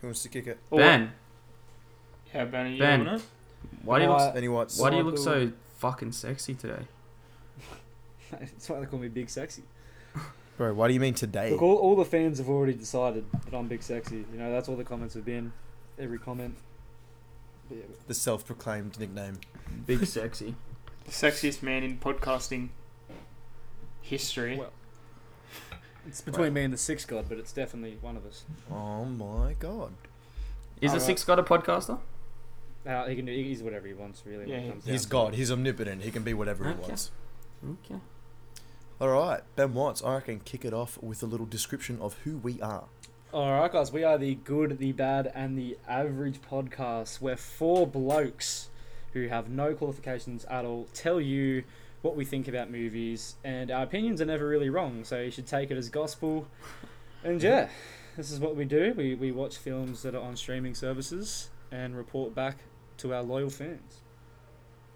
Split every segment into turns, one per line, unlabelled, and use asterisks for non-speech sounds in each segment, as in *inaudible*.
Who wants to kick it?
Or-
Ben,
Yeah, Ben, are you
Ben.
doing it?
why do you look?
Uh,
Any Watts?
Why do you
so
look
I
so fucking sexy today?
*laughs* That's why they call me Big Sexy.
Bro, why do you mean today?
Look, all, all the fans have already decided that I'm Big Sexy. You know, that's all the comments have been. Every comment. But yeah,
The self-proclaimed nickname.
Big sexy.
The sexiest man in podcasting history.
Well, it's between me and the sixth god, but it's definitely one of us.
Oh my god.
Is the
Alright.
six got a podcaster?
Uh, he can do, he's whatever he wants, really.
Yeah,
when
he-
it comes
He's
down to
God. He's omnipotent. He can be whatever he
Okay.
wants.
Okay.
All right, Ben Watts. I reckon kick it off with a little description of who we are.
All right, guys, we are the good, the bad, and the average podcast. We're four blokes who have no qualifications at all tell you what we think about movies, and our opinions are never really wrong, so you should take it as gospel. And yeah, this is what we do we, we watch films that are on streaming services and report back to our loyal fans.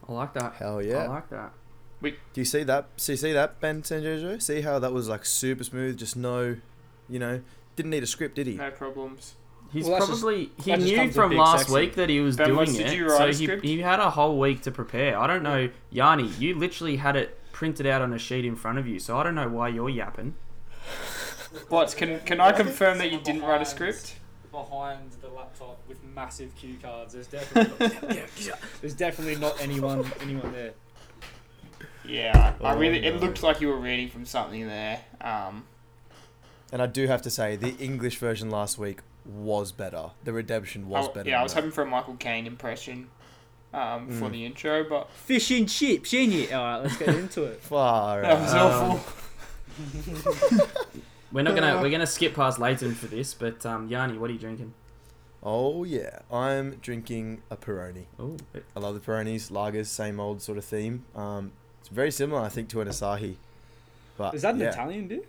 I like that.
Hell
I like that.
Do you see that? So you see that, Ben Sanjojo? See how that was like super smooth? Just no, you know, didn't need a script, did he?
No problems.
He's
Well, that's just-
probably he
that just
knew
comes
from
with Big
last
Sexy.
week that he was
Ben,
doing
what,
it,
did you
so
write a
he,
script?
he had a whole week to prepare. I don't know, Yanni, you literally had it printed out on a sheet in front of you, so I don't know why you're yapping.
What? Can can I confirm that you didn't write a script?
Behind the laptop with massive cue cards, there's
*laughs*
definitely there's definitely not anyone anyone there.
Yeah, I
Oh,
really. It
no.
looked like you were reading from something there. Um,
And I do have to say, the English version last week was better. The redemption was
I-
better.
Oh, yeah,
than
I was
that.
hoping for a Michael Caine impression um, for
Mm.
the intro, but
Fish and chips, ain't it? All right, let's get
*laughs*
into it.
Far
that was
out.
Um, *laughs*
awful.
We're
*laughs*
not gonna we're gonna skip past Leighton for this, but um, Yanni, what are you drinking?
Oh yeah, I'm drinking a Peroni.
Oh,
I love the Peronis, lagers, same old sort of theme. Um, it's very similar, I think, to an Asahi. But
Is that an
yeah,
Italian beer?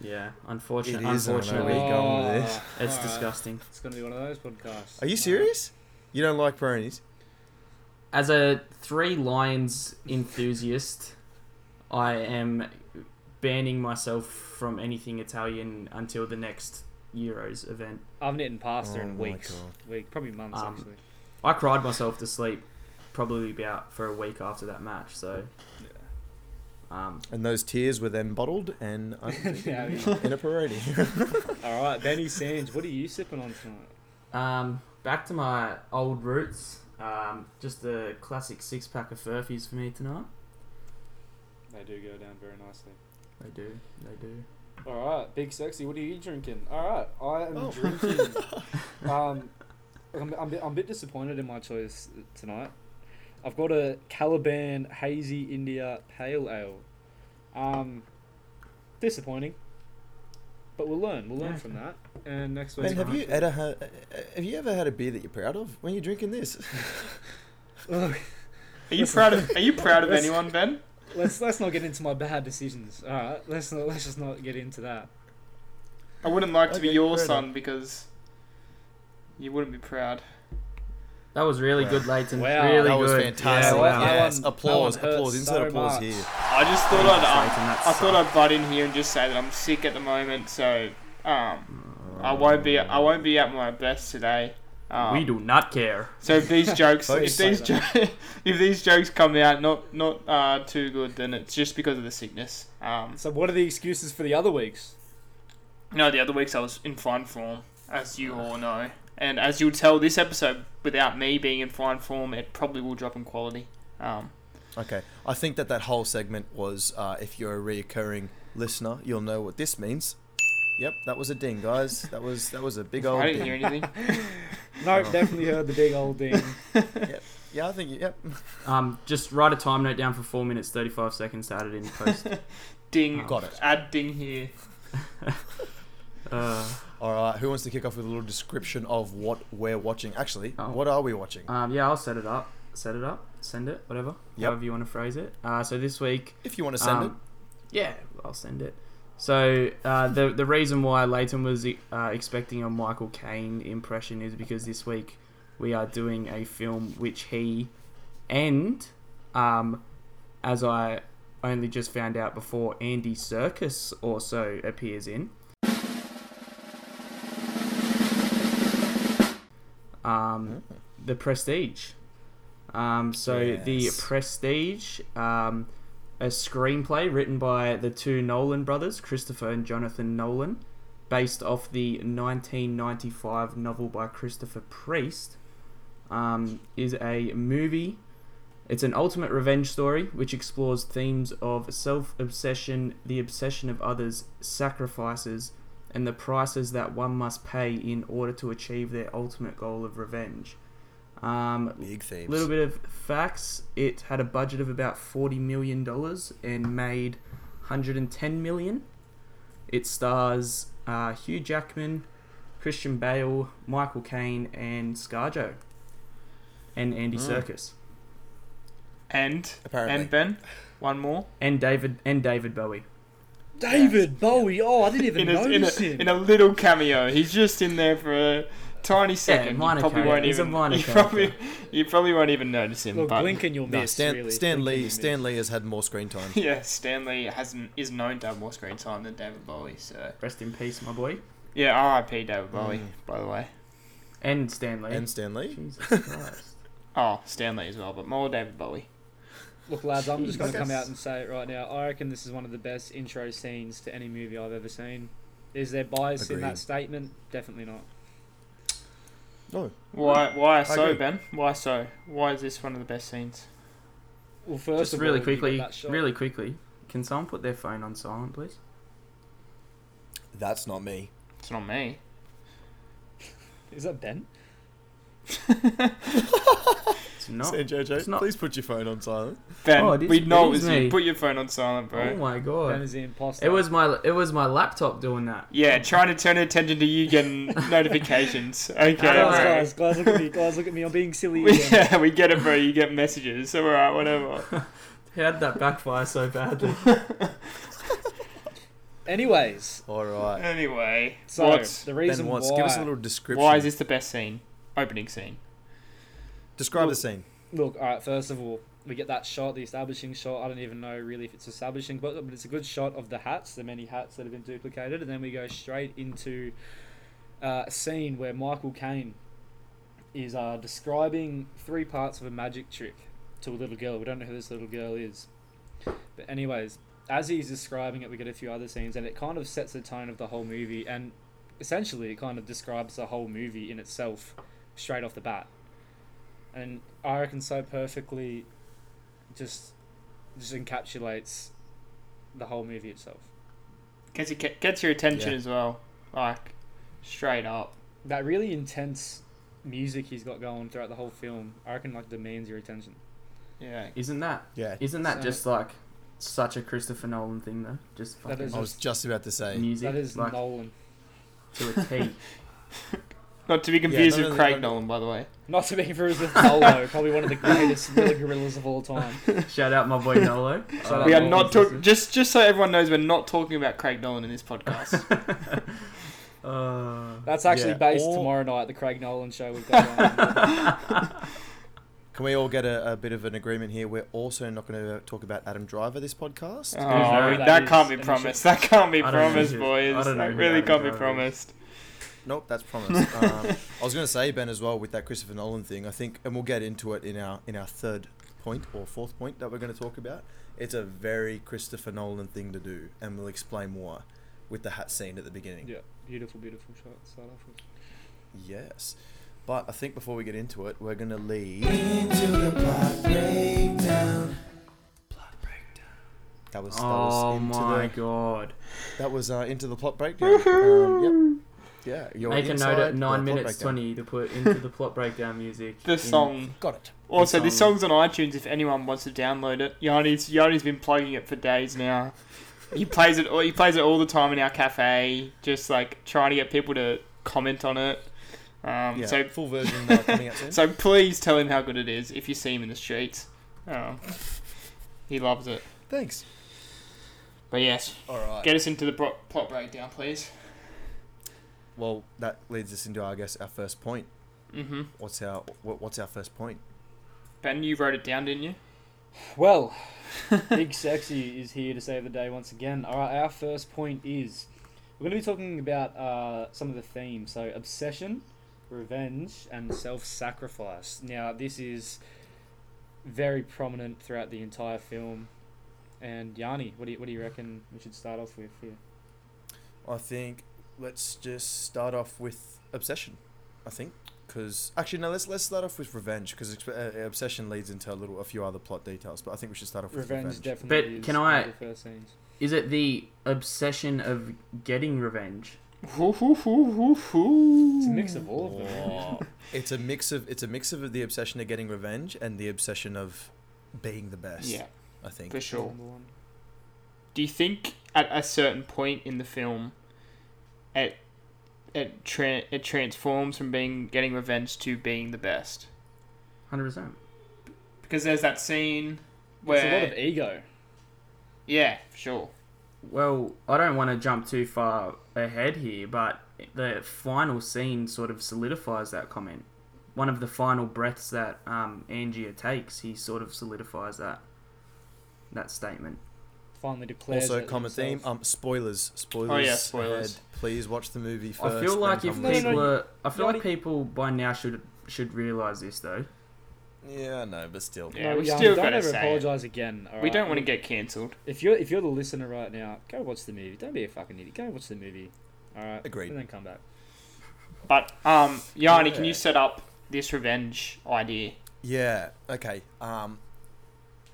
yeah.
It
Unfortunately,
is. I don't know where
unfortunately,
you're going with this.
it's
Alright.
disgusting.
Oh, It's gonna be one of those podcasts.
Are you serious? You don't like Peronis?
As a three lions enthusiast, I am banning myself from anything Italian until the next Euros event.
I haven't eaten pasta
Oh
in
my
weeks,
God.
week probably months
Um,
actually.
I cried myself to sleep probably about for a week after that match. So, um,
And those tears were then bottled
*laughs*
and I'm drinking
Yeah,
them in a
*laughs*
Peroni.
All right, Benny Sands, what are you sipping on tonight?
um, back to my old roots. Um, just a classic six pack of Furfies for me tonight.
They do go down very nicely.
They do, they do.
All right, big sexy, what are you drinking? All right, I am
Oh.
drinking. um, I'm, I'm, a bit- I'm a bit disappointed in my choice tonight. I've got a Caliban Hazy India Pale Ale. Um, disappointing, but we'll learn. We'll learn
Yeah.
from that. And next week,
Man, have you ever had, have you ever had a beer that you're proud of when you're drinking this?
Ugh,
Are you proud
*laughs*
of? Are you proud of
Listen.
anyone, Ben?
let's let's not get into my bad decisions. All right, let's not let's just not get into that.
I wouldn't like to be
Okay,
your
fair
son because you wouldn't be proud.
That was really
Wow.
good, Leighton.
Wow.
really
that was
good.
fantastic.
Yeah, wow.
That
Yes,
one-
applause,
that one hurt
applause, insert
so
applause
much.
here.
I just thought
Thanks,
I'd. Um,
Leighton, that
I
sucked.
thought I'd butt in here and just say that I'm sick at the moment, so um, I won't be I won't be at my best today. Um,
we do not care.
So if these jokes
Don't
if
say
these jo- *laughs* if these jokes come out not not uh, too good, then it's just because of the sickness. Um,
So, what are the excuses for the other weeks?
no, the other weeks I was in fine form, as you all know, and as you'll tell, this episode without me being in fine form, it probably will drop in quality. Um,
Okay, I think that that whole segment was, uh, if you're a reoccurring listener, you'll know what this means. Yep, that was a ding, guys. That was that was a big old
I didn't hear
ding.
anything.
No, definitely heard the big old ding.
Yeah, I think yep.
Um, just write a time note down for four minutes thirty-five seconds to
*laughs*
add it in post.
ding.
Got it.
Add ding here.
uh,
All right, who wants to kick off with a little description of what we're watching? Actually,
Oh.
what are we watching?
Um, yeah, I'll set it up. Set it up. Send it. Whatever.
Yep.
However you want to phrase it. Uh, so this week.
If you want to send
um, Yeah, I'll send it. So uh, the the reason why Leighton was uh, expecting a Michael Caine impression is because this week we are doing a film which he and, um, as I only just found out before, Andy Circus also appears in. um, The Prestige. Um, so the
Yes.
Prestige, um, a screenplay written by the two Nolan brothers, Christopher and Jonathan Nolan, based off the 1995 novel by Christopher Priest, um, is a movie. It's an ultimate revenge story which explores themes of self obsession, the obsession of others, sacrifices, and the prices that one must pay in order to achieve their ultimate goal of revenge. Um,
Big themes.
little bit of facts. It had a budget of about forty million dollars and made hundred and ten million. It stars uh, Hugh Jackman, Christian Bale, Michael Caine, and ScarJo, and Andy
Mm.
Serkis,
And
Apparently.
and Ben, one more
and David and David Bowie.
David Bowie. Oh, I didn't even
in a, in,
notice him.
a, in a little cameo. He's just in there for a tiny second.
minor
you probably
cameo.
won't
He's a
even.
minor
you
character.
probably you probably won't even notice him.
Look,
but
blink and you'll
Nah,
miss.
Stan,
really.
Stan
Blink and
Lee.
you'll
Stan
miss.
Lee has had more screen time.
*laughs* yeah, Stanley hasn't is known to have more screen time than David Bowie. So
Rest in peace, my boy,
yeah, R.I.P. David Bowie. By the way,
and Stanley.
and Stanley.
Jesus
*laughs*
Christ.
oh Stanley as well, but more David Bowie.
Look, lads, I'm just going to
Jesus.
come out and say it right now. I reckon this is one of the best intro scenes to any movie I've ever seen. Is there bias in
Agreed.
that statement? Definitely not.
No.
Why why so
agree.
Ben? Why so? Why is this one of the best scenes?
Well, first
Just
of
really
all, you got
quickly,
that shot.
really quickly. Can someone put their phone on silent, please?
That's not me.
It's not me.
Is that Ben?
It's not.
Say, Jojo,
it's not-
please put your phone on silent.
Ben,
Oh, it is-
we
it
know it
is
was
me.
you. Put your phone on silent, bro.
Oh my
Ben
god!
is the imposter.
It was my it was my laptop doing that.
Yeah, trying to turn attention to you getting
*laughs*
notifications. Okay,
don't
Guys,
worry.
guys,
bro.
guys, look at me. Guys, look at me. I'm being *laughs* silly.
We,
Again.
yeah, we get it, bro. You get messages. So we're all right, whatever.
How'd that backfire
*laughs*
so badly?
Anyways,
All right.
Anyway,
so
what's-
the
Ben
reason
Watts,
why
give us a little description.
why is this the best scene? Opening scene.
Describe the scene.
Look, all right. First of all, we get that shot, the establishing shot. I don't even know really if it's establishing, but, but it's a good shot of the hats, the many hats that have been duplicated, and then we go straight into uh, a scene where Michael Caine is uh, describing three parts of a magic trick to a little girl. We don't know who this little girl is, but anyways, as he's describing it, we get a few other scenes, and it kind of sets the tone of the whole movie, and essentially, it kind of describes the whole movie in itself straight off the bat and I reckon so perfectly just just encapsulates the whole movie itself.
Gets, you, gets your attention
Yeah.
as well. Like, straight up.
That really intense music he's got going throughout the whole film, I reckon like demands your attention.
Yeah.
Isn't that
Yeah.
isn't that
So-
just like such a Christopher Nolan thing though? Just
That
fucking
is
I was just about to say.
music
that is
like
Nolan.
to
*laughs*
a T. *laughs*
Not to be confused
no, no,
with Craig
no, no.
Nolan, by the way.
Not to be confused with Nolo, probably one of the greatest Miller gorillas of all time.
Shout out my boy
*laughs*
Nolo.
Shout out
We are
Nolan.
not talking. Just, just so everyone knows, we're not talking about Craig Nolan in
*laughs*
this podcast. Oh,
Uh,
That's actually
Yeah,
based
or-
tomorrow night, the Craig Nolan show we've got going.
Can we all get a, a bit of an agreement here? We're also not going to talk about Adam Driver this podcast.
oh,
that
that,
is,
can't be
and it
promised. That can't be
I don't know
promised,
who-
boys.
I don't know
That
who
really
Adam
can't
Driver
be
is.
promised.
Nope, that's
*laughs*
promised. um, I was going to say Ben as well with that Christopher Nolan thing. I think, and we'll get into it in our in our third point or fourth point that we're going to talk about. It's a very Christopher Nolan thing to do, and we'll explain why with the hat scene at the beginning.
yeah, beautiful, beautiful shot. to Start off with.
Yes. But I think before we get into it, we're going to lead. That was, that
oh
was into
my
the,
god!
That was uh, into the plot breakdown. Um, yep. Yeah. You're
Make a
inside
note at
the
nine
plot
minutes
breakdown.
twenty to put into the plot breakdown music. in-
*laughs* The song.
Got it.
Also,
It's
this
on-
song's on iTunes if anyone wants to download it. Yanni's, Yanni's been plugging it for days now. He plays it. all- He plays it all the time in our cafe, just like trying to get people to comment on it. Um,
Yeah.
So,
full version uh, coming out soon. *laughs*
so please tell him how good it is if you see him in the streets. Um, he loves it.
Thanks.
But yes,
All right.
get us into the bro- plot breakdown, please.
well, that leads us into, I guess, our first point.
hmm
What's our what, What's our first point?
Ben, you wrote it down, didn't you?
Well, Big Sexy is here to save the day once again. All right, our first point is we're going to be talking about uh, some of the themes. So, obsession, revenge, and self sacrifice. Now, this is very prominent throughout the entire film. And Yanni, what do you, what do you reckon we should start off with here?
I think let's just start off with obsession. I think because actually no, let's let's start off with revenge because uh, obsession leads into a little a few other plot details. But I think we should start off with
Revenge,
revenge.
definitely.
But
is
can
one
I-
of The first scenes.
Is it the obsession of getting revenge?
Hoo, hoo, hoo, hoo, hoo.
It's a mix of all of them. really.
Oh. it's a mix of it's a mix of the obsession of getting revenge and the obsession of being the best.
Yeah,
I think.
for sure.
Number one.
Do you think at a certain point in the film, it it tra- it transforms from being getting revenge to being the best?
Hundred percent.
Because there's that scene
It's
where
a lot of ego.
yeah, for sure.
Well, I don't want to jump too far ahead here, but the final scene sort of solidifies that comment. One of the final breaths that um, Angier takes, he sort of solidifies that that statement.
Finally declares.
Also,
that
common theme.
himself.
Um, spoilers. Spoilers.
spoilers.
ahead. Please watch the movie first.
I feel
then
like if
come
No,
people
no,
listen.
no,
are, I feel
you
like people by now should should realize this though.
Yeah, no, but still.
Yeah,
No,
we
Yanni,
still
don't
gotta
ever
say it.
apologize again.
We
alright?
don't want to get cancelled.
If you're if you're the listener right now, go watch the movie. Don't be a fucking idiot. Go watch the movie. All right.
Agreed.
And then come back.
But um, Yanni, can
Yeah.
you set up this revenge idea?
Yeah. Okay. Um,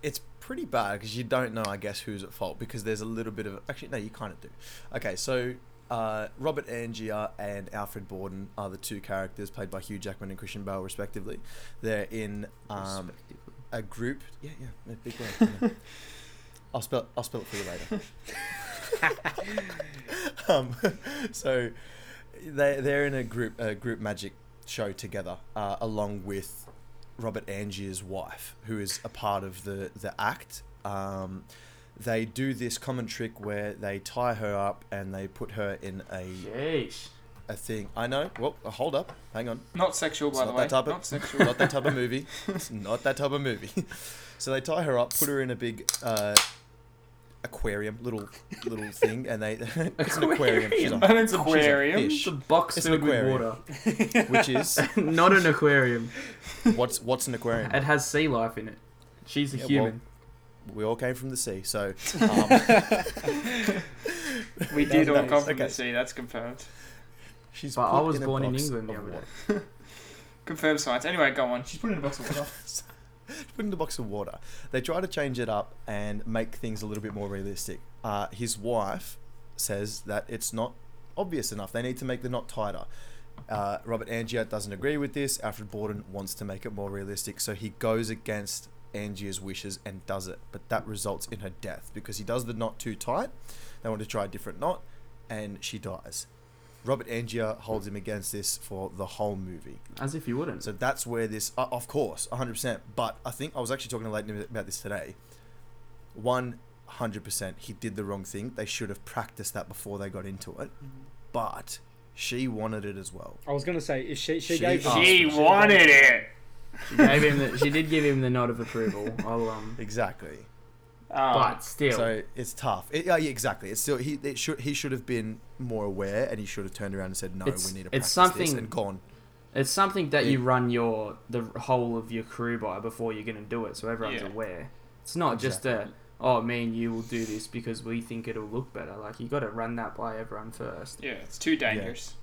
it's pretty bad because you don't know, I guess, who's at fault because there's a little bit of actually no, you kind of do. Okay, so uh, Robert Angier and Alfred Borden are the two characters played by Hugh Jackman and Christian Bale, respectively. They're in um,
respectively.
a group. Yeah, yeah, they're big word. I know. I'll spell. I'll spell it for you later. um, *laughs* so they they're in a group a group magic show together, uh, along with Robert Angier's wife, who is a part of the the act. Um, they do this common trick where they tie her up and they put her in a,
Sheesh.
a thing. I know. Well, hold up. Hang on.
Not sexual,
It's
by the
not
way.
that type of- *laughs*
not sexual.
not that type of movie. It's not that type of movie. So they tie her up, put her in a big uh, aquarium, little little thing, and they *laughs* it's an aquarium. She's a,
An
aquarium?
She's
It's
a
a box
It's an
filled with
aquarium.
water,
fish, which is
*laughs* not an aquarium.
what's what's an aquarium?
It has sea life in it. She's a
Yeah, well,
human.
We all came from the sea, so um,
we did all
Nice.
come from
Okay.
the sea. That's confirmed.
she's.
But I
put
was
in a
born in
box
England the
of
other
water.
Confirmed science. Anyway, go on. She's put in a *laughs* box of water.
Put in a box of water. They try to change it up and make things a little bit more realistic. Uh, his wife says that it's not obvious enough. They need to make the knot tighter. Uh, Robert Angier doesn't agree with this. Alfred Borden wants to make it more realistic, so he goes against Angier's wishes and does it. But that results in her death because he does the knot too tight. They want to try a different knot, and she dies. Robert Angier holds him against this for the whole movie.
As if you wouldn't.
So that's where this, uh, of course, 100%. But I think I was actually talking to Leighton about this today. 100%. He did the wrong thing. They should have practiced that before they got into it.
Mm-hmm.
But she wanted it as well.
I was gonna say if she she,
She-
gave
Oh,
she
she
wanted it.
She gave him. The, she did give him the nod
*laughs*
of approval. I'll, um,
Exactly.
Um,
but still,
Ah, So it's tough. It, yeah, yeah, exactly. It's still he. It should he should have been more aware, and he should have turned around and said, "No,
It's-
we need to
it's
practice this,"
something-
and gone.
it's something that you run your the whole of your crew by before you're going to do it, so everyone's
Yeah.
aware. It's not just a
Exactly.
oh, me and you will do this because we think it'll look better. Like you got to run that by everyone first.
yeah, it's too dangerous.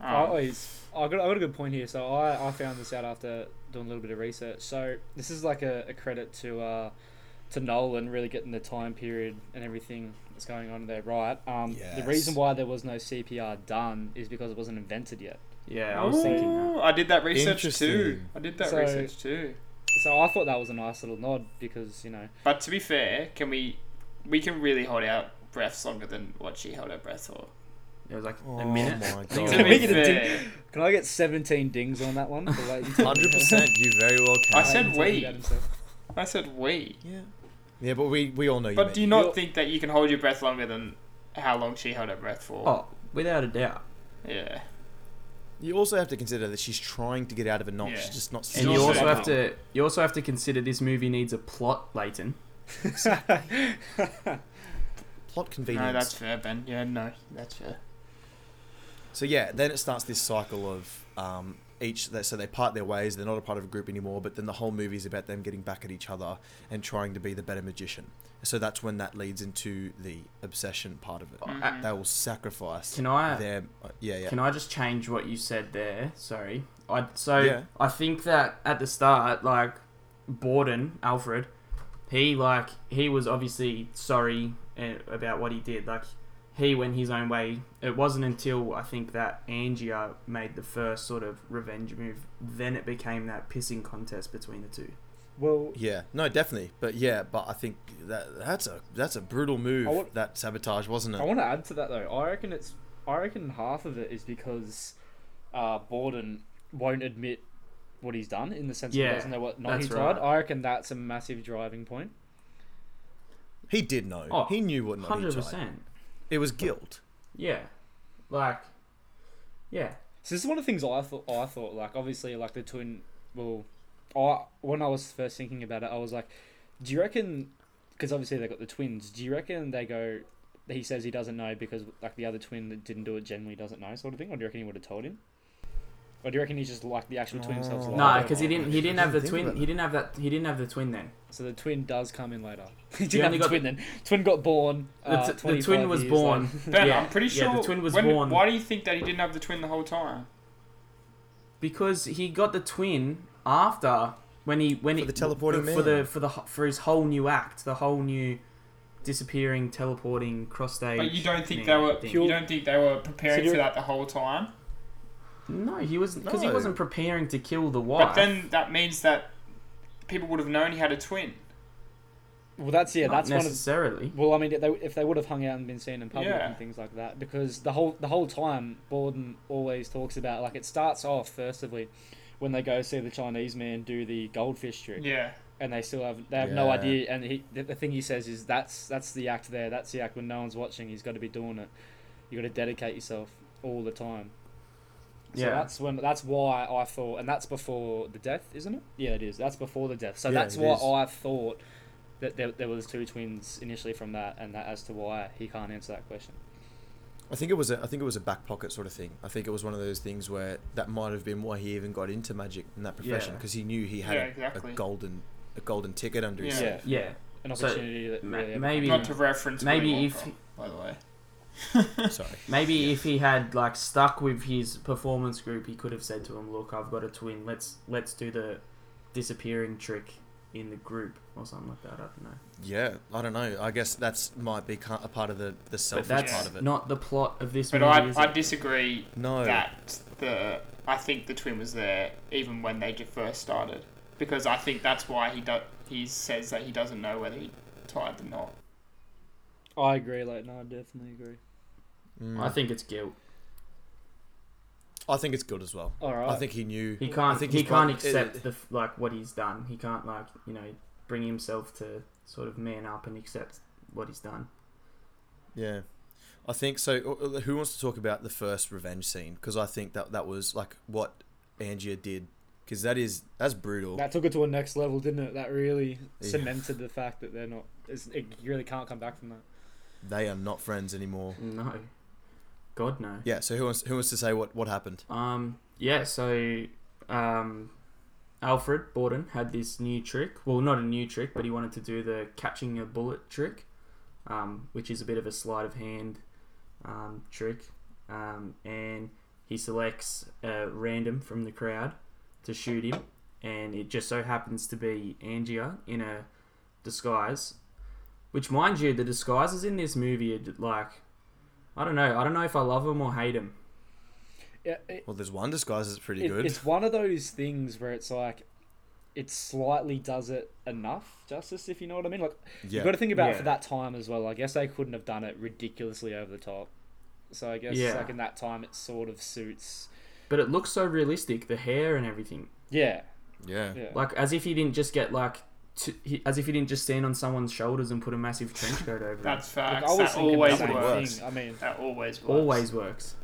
Um,
Oh, it's- I got, I got a good point here. So I, I found this out after doing a little bit of research. So this is like a, a credit to uh, to Nolan really getting the time period and everything that's going on there right. Um, The reason
Yes.
why there was no CPR done is because it wasn't invented yet.
Yeah, I was thinking that.
Ooh, I did that research too.
Interesting.
I did that
So-
research too.
So I thought that was a nice little nod because you know
But to be fair, can we? We can really hold our breaths longer than what she held her breath for.
It was like
Oh
a minute.
my
I think it
God.
was a
To
Can we
be
minute.
get a
fair,
Can I get 17 dings on that one? for *laughs* Leighton talking-
Hundred percent. You very well can.
I said
Leighton talking
we.
about himself?
I said we.
Yeah. Yeah, but we we all know.
But do
you mean.
you not
You're-
think that you can hold your breath longer than how long she held her breath for?
Oh, without a doubt.
Yeah.
You also have to consider that she's trying to get out of a knot.
Yeah.
She's just not.
And you
also
also
that.
have to you also have to consider this movie needs a plot, Leighton.
plot convenience.
No, that's fair, Ben. Yeah, no, that's fair.
So yeah, then it starts this cycle of um, each they, so they part their ways. They're not a part of a group anymore. But then the whole movie is about them getting back at each other and trying to be the better magician. So that's when that leads into the obsession part of it.
Oh,
Mhm.
They will sacrifice
Can I
their yeah yeah.
Can I just change what you said there? Sorry. I so
Yeah.
I think that at the start, like Borden Alfred, he like he was obviously sorry eh, about what he did. Like he went his own way. It wasn't until I think that Angia made the first sort of revenge move, then it became that pissing contest between the two.
Well,
Yeah, no, definitely, but yeah, but I think that that's a that's a brutal move.
I want-
that sabotage, wasn't it?
I want to add to that though. I reckon it's. I reckon half of it is because uh, Borden won't admit what he's done in the sense that
Yeah,
he doesn't know what not
that's
he's done.
right.
I reckon that's a massive driving point.
he did know.
Oh,
he knew what not he
Hundred
tried.
percent.
It was guilt.
Yeah. Like. Yeah.
So this is one of the things I thought. I thought like obviously like the twin. Well, I when I was first thinking about it, I was like, do you reckon? Because obviously they got the twins. Do you reckon they go? He says he doesn't know because like the other twin that didn't do it generally doesn't know sort of thing. Or do you reckon he would have told him? Or do you reckon he's just like the actual twin himself?
Oh.
lied
Well,
No,
about
because he
it?
didn't. He didn't have the
Think
twin.
about
He didn't have that. He didn't have the twin then.
So the twin does come in later. *laughs* he
You
didn't have
only
a
got-
twin then. Twin got born.
The,
uh,
t- the twin
25
was
years
born. *laughs*
later.
Ben,
yeah,
I'm pretty sure.
Yeah, the twin was
when-
born
Why do you think that he didn't have the twin the whole time?
because he got the twin after when he when
For
he
the teleporting
for the
man.
for the for his whole new act, the whole new disappearing, teleporting, cross stage.
But you don't think they
man
were.
thing.
You don't think they were preparing
So
for
you're-
that the whole time?
No, he wasn't because he
No.
wasn't preparing to kill the wife.
But then that means that people would have known he had a twin.
Well, that's yeah.
Not
That's one of
necessarily.
Well, I mean, if they, if they would have hung out and been seen in public
Yeah.
and things like that, because the whole the whole time Borden always talks about like it starts off firstly when they go see the Chinese man do the goldfish trick,
Yeah.
and they still have they have no
Yeah.
idea. And he the, the thing he says is that's that's the act there, that's the act when no one's watching. He's got to be doing it. You got to dedicate yourself all the time. So
Yeah.
that's when that's why I thought, and that's before the death, isn't it? Yeah, it is. That's before the death. So
Yeah,
that's
it
why
is.
I thought that there, there was two twins initially from that, and that as to why he can't answer that question.
I think it was a, I think it was a back pocket sort of thing. I think it was one of those things where that might have been why he even got into magic in that profession
Yeah.
because he knew he had
Yeah,
a,
exactly.
a golden a golden ticket under his
Yeah.
sleeve.
Yeah,
yeah,
an
So,
opportunity that
ma-
really ever-
maybe-
Not to reference.
Maybe
Willy
if-
Wonka, By the
*laughs*
way.
Sorry.
maybe
Yeah.
if he had like stuck with his performance group, he could have said to him, "Look, I've got a twin. Let's let's do the disappearing trick in the group or something like that. I don't know."
Yeah, I don't know. I guess that's might be ki- a part of the the
But
selfish
that's
part of it.
not the plot of this
But
movie.
I,
is
I
it?
disagree
no.
that the I think the twin was there even when they ju- first started because I think that's why he do, he says that he doesn't know whether he tied the knot.
I agree. Like, no, I definitely agree.
Mm.
I think it's guilt.
I think it's good as well.
All right.
I think he knew.
He
I
can't.
think
he
he's
can't
prob-
accept
it-
the f- like what he's done. He can't like you know bring himself to sort of man up and accept what he's done.
Yeah, I think so. Uh, uh, Who wants to talk about the first revenge scene? Because I think that that was like what Angia did. Because that is that's brutal.
that took it to a next level, didn't it? That really
Yeah.
cemented the fact that they're not. It's, it, you really can't come back from that.
They are not friends anymore.
No, God no.
Yeah. So who wants who wants to say what what happened?
Um. Yeah. So, um, Alfred Borden had this new trick. Well, not a new trick, but he wanted to do the catching a bullet trick, um, which is a bit of a sleight of hand um, trick. Um, and he selects a random from the crowd to shoot him, and it just so happens to be Angia in a disguise. Which, mind you, the disguises in this movie are like, I don't know. I don't know if I love them or hate them.
Yeah, it,
Well, there's one disguise that's pretty
It-
good.
It's one of those things where it's like it slightly does it enough justice, if you know what I mean. Like
yeah.
you've got to think about it
Yeah.
for that time as well. I guess they couldn't have done it ridiculously over the top. So I guess
Yeah.
like in that time, it sort of suits.
But it looks so realistic, the hair and everything.
Yeah,
yeah.
yeah.
Like as if he didn't just get like, t- he, as if he didn't just stand on someone's shoulders and put a massive trench coat over.
That's
Like,
facts. that
that
the
always works.
same
would work.
thing. I mean,
That always works.
him. always works.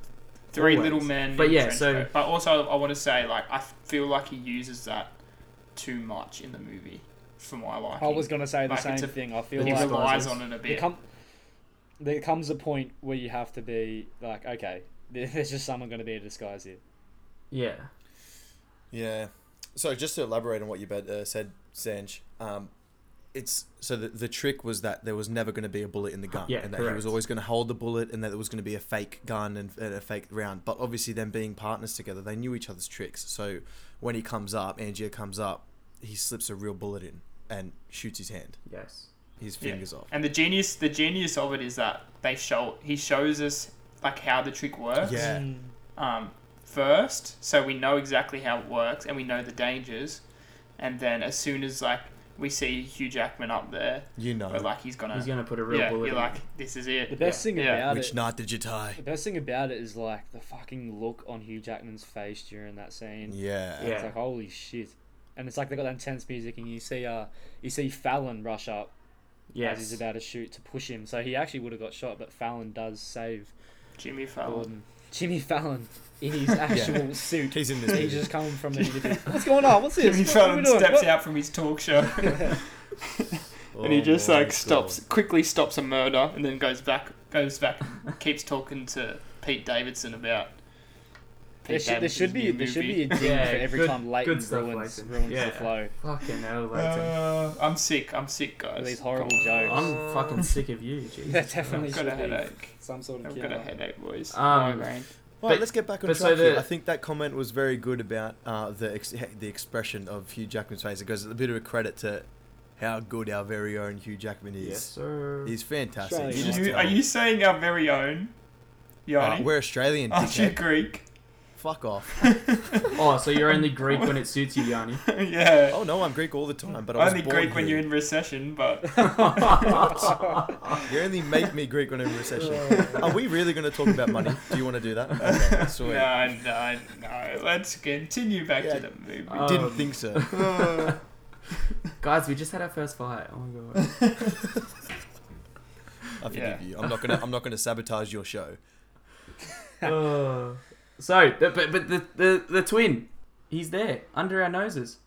three
always.
little men.
But
in a
yeah,
trench
so-
coat. but also I want to say like I feel like he uses that too much in the movie for my liking.
I was gonna say the
Like,
same
it's a-
thing. I feel
he
like
relies
disguises.
on it
there,
a bit.
come, there comes a point where you *laughs* have to be like, okay, there- there's just someone going to be a disguise here.
Yeah,
Yeah. So just to elaborate on what you bet, uh, said, Sanj, um, it's so the, the trick was that there was never going to be a bullet in the gun,
Yeah,
and that he
correct.
was always going to hold the bullet, and that it was going to be a fake gun and, and a fake round. But obviously, them being partners together, they knew each other's tricks. So when he comes up, Angier comes up, he slips a real bullet in and shoots his hand,
Yes.
his
Yeah.
fingers off.
And the genius, the genius of it is that they show he shows us like how the trick works.
Yeah.
Um, first, so we know exactly how it works and we know the dangers, and then as soon as like we see Hugh Jackman up there,
You
we're
know.
like he's gonna,
He's gonna put a real
yeah,
bullet.
you're
in.
like this is it.
The best thing
Yeah.
about
Which
it,
knot did you tie?
the best thing about it is like the fucking look on Hugh Jackman's face during that scene.
Yeah.
Yeah.
It's like holy shit, and it's like they got that intense music, and you see uh, you see Fallon rush up
yes.
as he's about to shoot to push him. So he actually would have got shot, but Fallon does save
Jimmy Fallon.
Gordon. Jimmy Fallon in his actual
*laughs*
suit.
He's in this
He's
movie.
just coming from the. What's going on? What's this?
Jimmy
What- what are we
Fallon
doing?
steps
What-
out from his
*laughs*
*laughs*
talk show and he
Oh
just
my
like
God.
stops quickly stops a murder and then goes back goes back keeps talking to Pete Davidson about
There
Pete
should, there should
Davidson's
be
new
there should
movie.
be a ding
Yeah,
for every
good-
time
good
Leighton
stuff,
ruins,
Leighton.
ruins
Yeah.
the flow. *laughs*
Fucking hell, Leighton.
Uh, I'm sick. I'm sick, guys.
With these horrible
Come on.
jokes.
I'm fucking sick of you, Jesus.
Oh, *laughs* That definitely
I've got a
should be
headache.
some sort of
I've got a
killer.
headache, boys.
Um,
Migraine.
Well,
But-
let's get back on
but
track.
so
here.
the-
I think that comment was very good about uh, the ex- the expression of Hugh Jackman's face. It goes a bit of a credit to how good our very own Hugh Jackman is.
Yes, sir.
He's fantastic.
Australian.
You just
You-
tell
are
him.
you saying our very own
Uh,
Yanni?
we're Australian.
Aren't you
dickhead.
Greek? *laughs*
Fuck off.
Oh, so you're only Greek when it suits
*laughs*
you, Yanni.
yeah.
Oh no, I'm Greek all the time, but I was
Only
born
Greek when
here.
you're in recession, but
*laughs* You only make me Greek when I'm in
*laughs*
recession. Are we really going to talk about money? Do you want to do that?
*laughs*
Okay, sweet.
no, no, no. Let's continue back
Yeah.
to the movie.
Uh,
Didn't
Um,
think so.
Guys, we just had our first fight. Oh my god.
I forgive
*laughs* yeah.
you. I'm not gonna. I'm not gonna sabotage your show.
*laughs*
Oh. so, but but but the, the the twin, he's there under our noses.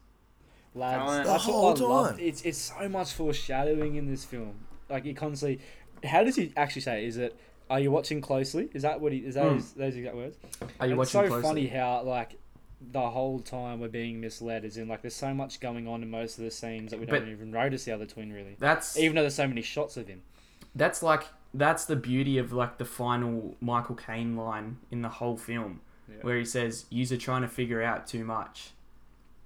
Lads,
Talent.
that's
The
what I
whole
love.
time.
It's it's so much foreshadowing in this film. Like he constantly, how does he actually say? Is it? Are you watching closely? Is that what he? Is that
Hmm.
his, those exact words?
Are you
it's
watching
so
closely?
funny how like the whole time we're being misled. As in, like there's so much going on in most of the scenes that we don't
But-
even notice the other twin really.
That's
Even though there's so many shots of him.
that's like that's the beauty of like the final Michael Caine line in the whole film,
Yeah.
where he says, "You're trying to figure out too much.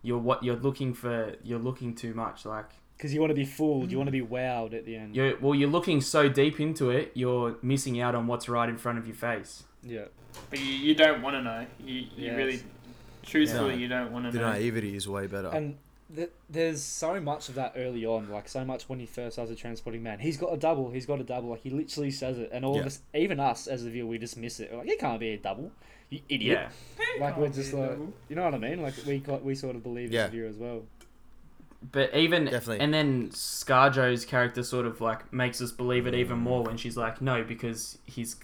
You're what you're looking for. You're looking too much. Like
Because you want to be fooled, you want to be wowed at the end.
you're well, you're looking so deep into it, you're missing out on what's right in front of your face.
Yeah.
But you, you don't want to know. You, you
Yes.
really, truthfully,
No.
you don't want to
The
know.
naivety is way better.
Oh.
And th- there's so much of that early on, like so much when he first starts a transporting man. He's got a double. He's got a double. Like he literally says it, and all
Yeah.
of us, even us as the viewer, we just miss it. We're like it can't be a double, you idiot.
Yeah,
Like we're
Can't
just
be a
like,
double.
you know what I mean? Like we got, we sort of believe
Yeah.
as the viewer as well.
but even
Definitely.
and then ScarJo's character sort of like makes us believe it even more when she's like, "No, because he's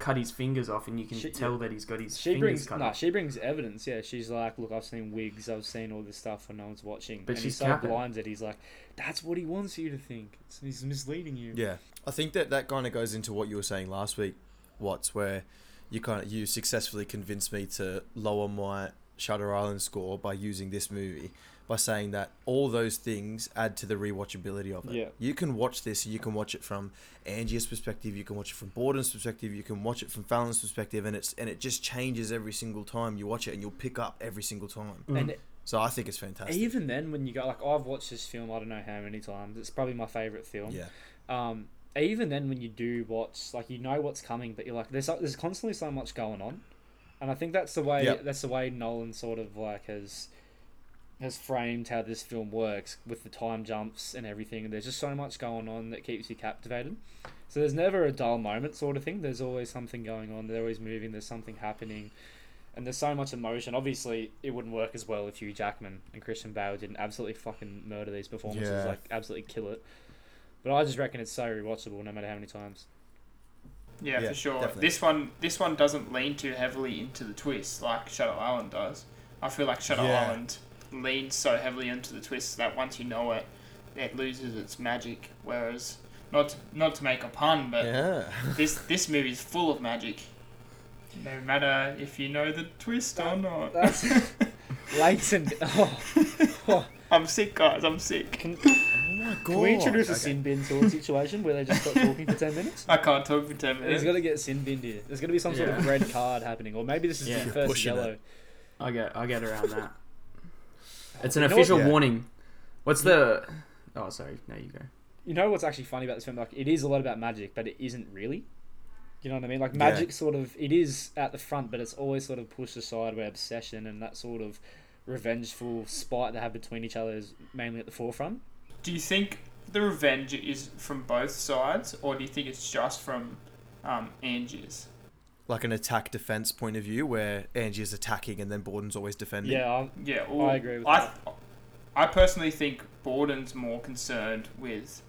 cut his fingers off, and you can
She-
tell that he's got his
She
fingers
brings
cut
no,
off."
she brings evidence. Yeah, she's like, look, I've seen wigs, I've seen all this stuff, and no one's watching.
But
and
she's
he's so
capping.
blinded. He's like, that's what he wants you to think. It's, he's misleading you.
Yeah, I think that that kind of goes into what you were saying last week, Watts, where you kind of you successfully convinced me to lower my Shutter Island score by using this movie by saying that all those things add to the rewatchability of it.
Yeah.
You can watch this, you can watch it from Angie's perspective, you can watch it from Borden's perspective, you can watch it from Fallon's perspective and it's and it just changes every single time you watch it and you'll pick up every single time.
Mm.
And
So I think it's fantastic.
even then, when you go like, I've watched this film, I don't know how many times. It's probably my favorite film.
yeah.
um, even then when you do watch like you know what's coming but you're like there's there's constantly so much going on and i think that's the way
Yep.
that's the way nolan sort of like has has framed how this film works with the time jumps and everything and there's just so much going on that keeps you captivated so there's never a dull moment sort of thing there's always something going on they're always moving there's something happening and there's so much emotion obviously it wouldn't work as well if hugh jackman and christian bale didn't absolutely fucking murder these performances
Yeah.
like absolutely kill it but I just reckon it's so rewatchable, no matter how
*laughs*
many times.
Yeah,
Yeah,
for sure.
definitely.
This one, this one doesn't lean too heavily into the twist like Shutter Island does. I feel like Shutter
Yeah.
Island leans so heavily into the twist that once you know it, it loses its magic. Whereas, not not to make a pun, but
Yeah. *laughs*
this this movie is full of magic. No matter if you know the twist or not.
That's Leighton. Oh,
I'm sick, guys. I'm sick.
can,
Oh my god.
can we introduce a
Okay.
sin bin sort of situation where they just stop talking for 10 minutes?
I can't talk for ten
He's
minutes.
got to get sin binned here. There's going to be some sort of
Yeah.
red card happening, or maybe this is
Yeah.
the first
Pushing
yellow.
I get I get around *laughs* that. It's an
You know
official
what- Yeah.
warning. What's the? Oh, sorry. Now you go.
You know what's actually funny about this film? Like, it is a lot about magic, but it isn't really. You know what I mean? Like,
Yeah.
magic sort of, it is at the front, but it's always sort of pushed aside by obsession and that sort of revengeful spite they have between each other is mainly at the forefront.
Do you think the revenge is from both sides, or do you think it's just from um, Angie's?
Like an attack defense point of view where Angie is attacking and then Borden's always defending.
Yeah, I'm,
Yeah,
I
or
agree with
I, I personally think Borden's more concerned with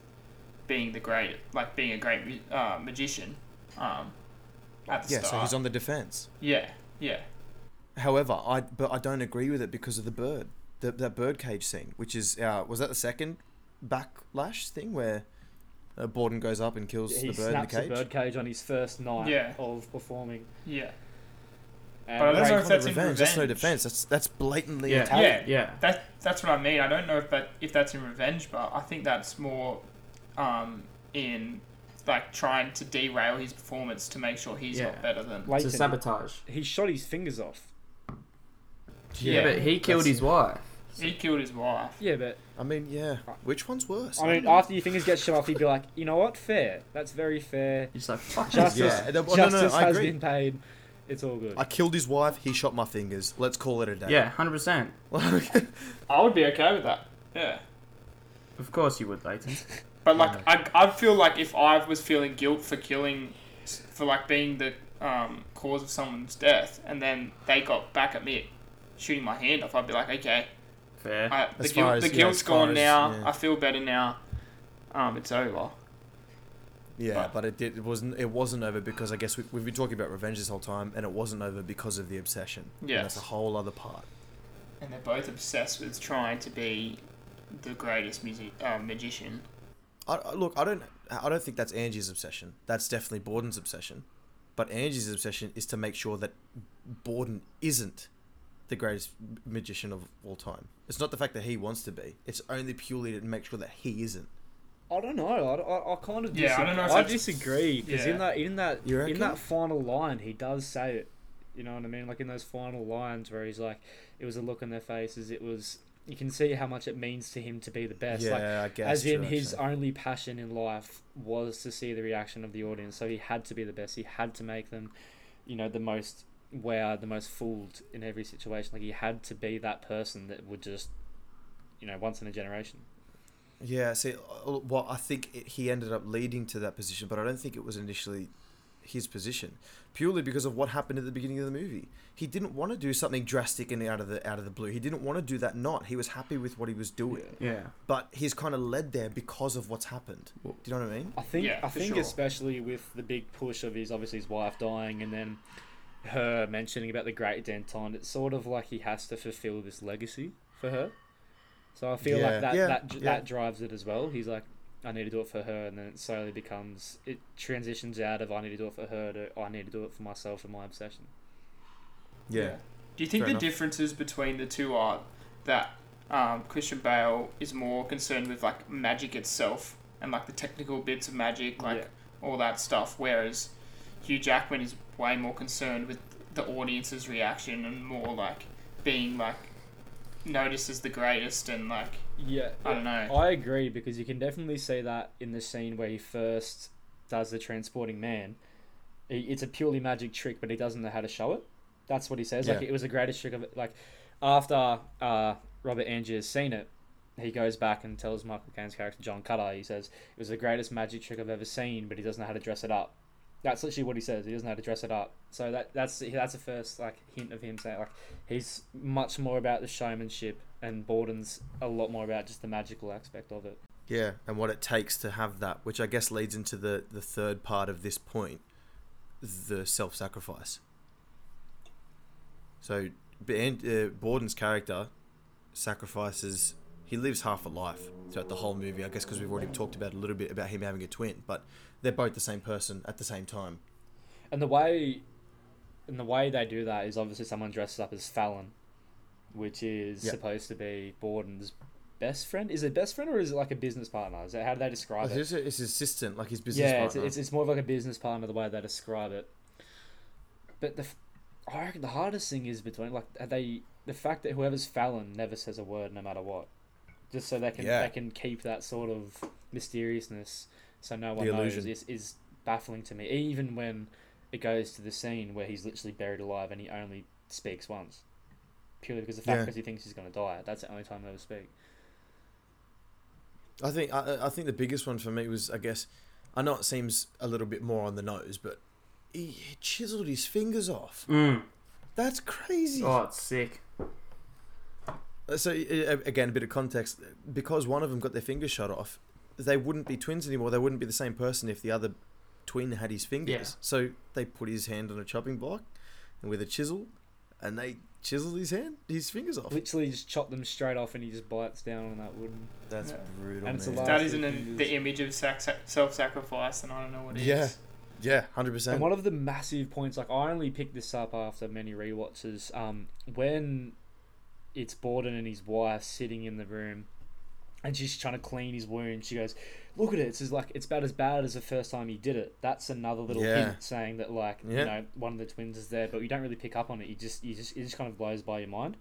being the great, like being a great uh, magician. Um, at the
Yeah,
start.
so he's on the defense.
Yeah, yeah.
However, I but I don't agree with it because of the bird, the, that bird cage scene, which is uh, was that the second backlash thing where uh, Borden goes up and kills
he
the bird in the
snaps
cage.
a bird cage on his first night
Yeah.
of performing.
Yeah,
And
But I
That's
don't
not
know if that's in
revenge. That's no
revenge.
defense. That's that's blatantly
Yeah.
attacking.
Yeah.
Yeah.
that that's what I mean. I don't know if that if that's in revenge, but I think that's more um, in like trying to derail his performance to make sure he's
Yeah.
not better than.
It's a
Leighton,
sabotage.
he shot his fingers off.
Yeah,
Yeah,
but he killed
that's-
his wife.
He killed his wife.
Yeah, but
I mean, yeah. Which one's worse?
I mean, after your fingers get shot off, he'd be like, you know what? Fair. That's very fair.
He's like *laughs* fuck
Justice,
this.
Yeah, oh, no, no, no,
justice
I
has
agree.
been paid. It's all good.
I killed his wife. He shot my fingers. Let's call it a day.
Yeah, hundred percent.
*laughs*
*laughs*
Like,
I would be okay with that. Yeah.
Of course you would, Leighton.
But like, I, I feel like if I was feeling guilt for killing, for like being the um, cause of someone's death, and then they got back at me, shooting my hand off, I'd be like, okay,
*laughs* Fair.
I, the,
As
guilt,
far as-
the
yeah,
guilt's
as far
gone
as-
now.
yeah.
I feel better now. Um, it's over.
yeah,
But-
but it did. It wasn't. It wasn't over because I guess we, we've been talking about revenge this whole time, and it wasn't over because of the obsession. And
Yes.
that's a whole other part.
And they're both obsessed with trying to be the greatest music uh, magician.
I, I- look, I don't, I don't think that's Angie's obsession. That's definitely Borden's obsession. But Angie's obsession is to make sure that Borden isn't the greatest m- magician of all time. It's not the fact that he wants to be. It's only purely to make sure that he isn't.
I don't know. I, I, I kind of
Yeah, I
disagree.
don't know if
I
that's-
disagree because
Yeah.
in that in that
You
in
reckon?
that final line, he does say it. You know what I mean? Like in those final lines where he's like, "It was a look on their faces. It was." You can see how much it means to him to be the best. like,
yeah, I guess. eh?
as in
true,
his
actually.
only passion in life was to see the reaction of the audience so he had to be the best he had to make them you know the most wowed the most fooled in every situation like he had to be that person that would just you know once in a generation
Yeah, see, uh, well, I think it, he ended up leading to that position, but I don't think it was initially his position purely because of what happened at the beginning of the movie. He didn't want to do something drastic and out of the out of the blue. He didn't want to do that. Not he was happy with what he was doing.
Yeah.
but he's kind of led there because of what's happened. Do you know what I mean?
i think
Yeah,
i
for
think
sure.
especially with the big push of his obviously his wife dying and then her mentioning about the great denton it's sort of like he has to fulfill this legacy for her so i feel
Yeah.
like that
Yeah,
that,
yeah.
that drives it as well he's like i need to do it for her and then it slowly becomes it transitions out of i need to do it for her to i need to do it for myself and my obsession
Do you think
Fair
the
enough.
differences between the two are that um, Christian Bale is more concerned with like magic itself and like the technical bits of magic, like
Yeah.
all that stuff, whereas Hugh Jackman is way more concerned with the audience's reaction and more like being like noticed as the greatest and like
yeah
I don't know.
I agree because you can definitely see that in the scene where he first does the transporting man. I- It's a purely magic trick, but he doesn't know how to show it. That's what he says. Like
Yeah.
it was the greatest trick of it. Like after uh, Robert Angie has seen it, he goes back and tells Michael Caine's character John Cutter. He says it was the greatest magic trick I've ever seen, but he doesn't know how to dress it up. That's literally what he says. He doesn't know how to dress it up. So that that's that's the first like hint of him saying like he's much more about the showmanship, and Borden's a lot more about just the magical aspect of it.
Yeah, and what it takes to have that, which I guess leads into the the third part of this point, the self-sacrifice. So, B- and, uh, Borden's character sacrifices. He lives half a life throughout the whole movie, I guess, because we've already talked about a little bit about him having a twin, but they're both the same person at the same time.
And the way, and the way they do that is obviously someone dresses up as Fallon, which is
Yeah.
supposed to be Borden's best friend. Is it best friend or is it like a business partner? Is that how do they describe
Like,
it?
it's, it's his assistant, like his business
yeah, it's,
partner.
it's it's more of like a business partner the way they describe it. But the, f- I reckon the hardest thing is between like are they the fact that whoever's Fallon never says a word no matter what, just so they can
Yeah.
they can keep that sort of mysteriousness so no one
The
knows
illusion.
is is baffling to me. Even when it goes to the scene where he's literally buried alive and he only speaks once, purely because the fact
Yeah.
because he thinks he's gonna die. That's the only time they ever speak.
I think I, I think the biggest one for me was I guess I know it seems a little bit more on the nose, but he, he chiseled his fingers off.
Mm.
That's crazy.
Oh, it's sick.
Uh, So uh, again, a bit of context because one of them got their finger shot off, they wouldn't be twins anymore. They wouldn't be the same person if the other twin had his fingers.
Yeah.
So they put his hand on a chopping block and with a chisel, and they chiseled his hand, his fingers off.
Literally just chop them straight off and he just bites down on that wooden.
That's
Yeah.
brutal.
And it's a
man.
lot.
that
Bastard
isn't an,
fingers.
the image of sac- self-sacrifice, and I don't know what it is.
Yeah. Yeah, hundred
And
percent.
one of the massive points, like I only picked this up after many rewatches, um, when it's Borden and his wife sitting in the room, and she's trying to clean his wound. She goes, "Look at it. It's just like it's about as bad as the first time he did it." That's another little
Yeah.
hint saying that, like,
Yeah.
you know, one of the twins is there, but you don't really pick up on it. You just, you just, it just kind of blows by your mind.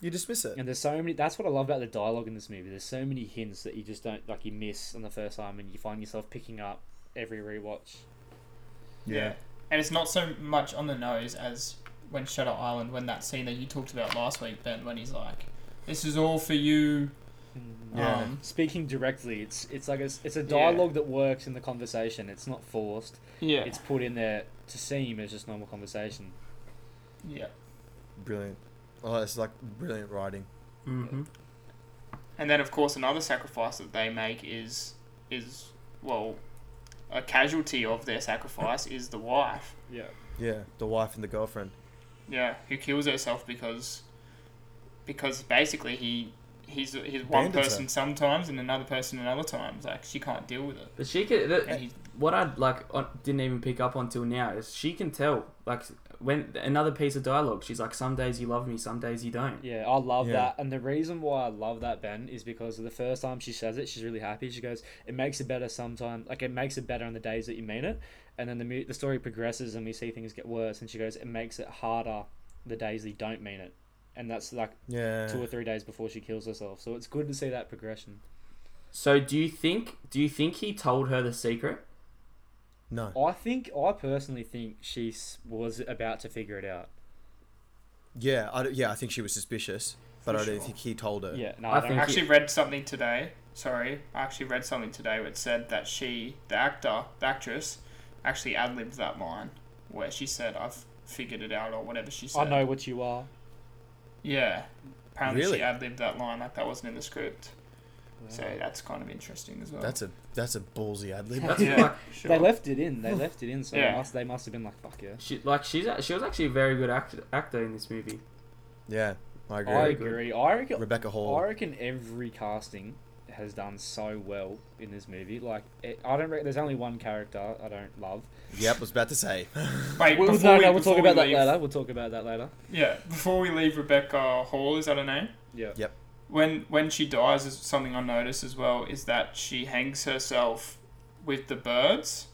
You dismiss it.
And there's so many. That's what I love about the dialogue in this movie. There's so many hints that you just don't like. You miss on the first time, and you find yourself picking up every rewatch.
Yeah. And it's not so much on the nose as when Shutter Island, when that scene that you talked about last week, Ben, when he's like, "This is all for you."
Yeah.
Um,
speaking directly it's it's like a, it's a
Yeah.
dialogue that works in the conversation it's not forced
yeah.
it's put in there to seem as just normal conversation
yeah.
Brilliant. Oh, it's like brilliant writing.
Mm-hmm.
And then, of course, another sacrifice that they make is is well, a casualty of their sacrifice is the wife.
yeah
Yeah, the wife and the girlfriend.
Yeah, who kills herself because because basically he he's he's one
Bandits her.
person sometimes and another person another times. Like she can't deal with it.
But she could.
And he's
what I like on, didn't even pick up on till now is she can tell like when another piece of dialogue. She's like, some days you love me, some days you don't.
yeah i love
Yeah.
that and the reason why i love that ben is because the first time she says it she's really happy she goes it makes it better sometimes like it makes it better on the days that you mean it and then the mu- the story progresses and we see things get worse and she goes it makes it harder the days that you don't mean it and that's like
Yeah.
two or three days before she kills herself so it's good to see that progression
So do you think? Do you think he told her the secret?
No.
I think I personally think she s- was about to figure it out.
Yeah, I, d- yeah, I think she was suspicious, but
For
I don't
sure.
think he told her.
Yeah, no,
I
I, don't
think-
I
think
actually read something today. Sorry, I actually read something today which said that she, the actor, the actress, actually ad libbed that line where she said, "I've figured it out" or whatever she said.
I know what you are.
Yeah, apparently
Really?
she ad libbed that line like that wasn't in the script. So that's kind of interesting as well.
That's a that's a ballsy ad lib.
*laughs*
That's
yeah,
like
sure.
They left it in. They left it in. So
Yeah.
they, must, they must have been like, "Fuck yeah."
she like she's a- she was actually a very good act, actor in this movie.
Yeah, I agree.
I
Very good.
agree. I reckon.
Rebecca Hall.
I reckon every casting has done so well in this movie. Like, it, I don't. Reckon, there's only one character I don't love.
Yep, I was about to say.
Wait,
We'll,
before
no,
we,
no, we'll
before
talk about
we
that
leave,
later. We'll talk about that later.
Yeah, before we leave, Rebecca Hall is that her name?
Yeah.
When when she dies, is something I noticed as well is that she hangs herself with the birds,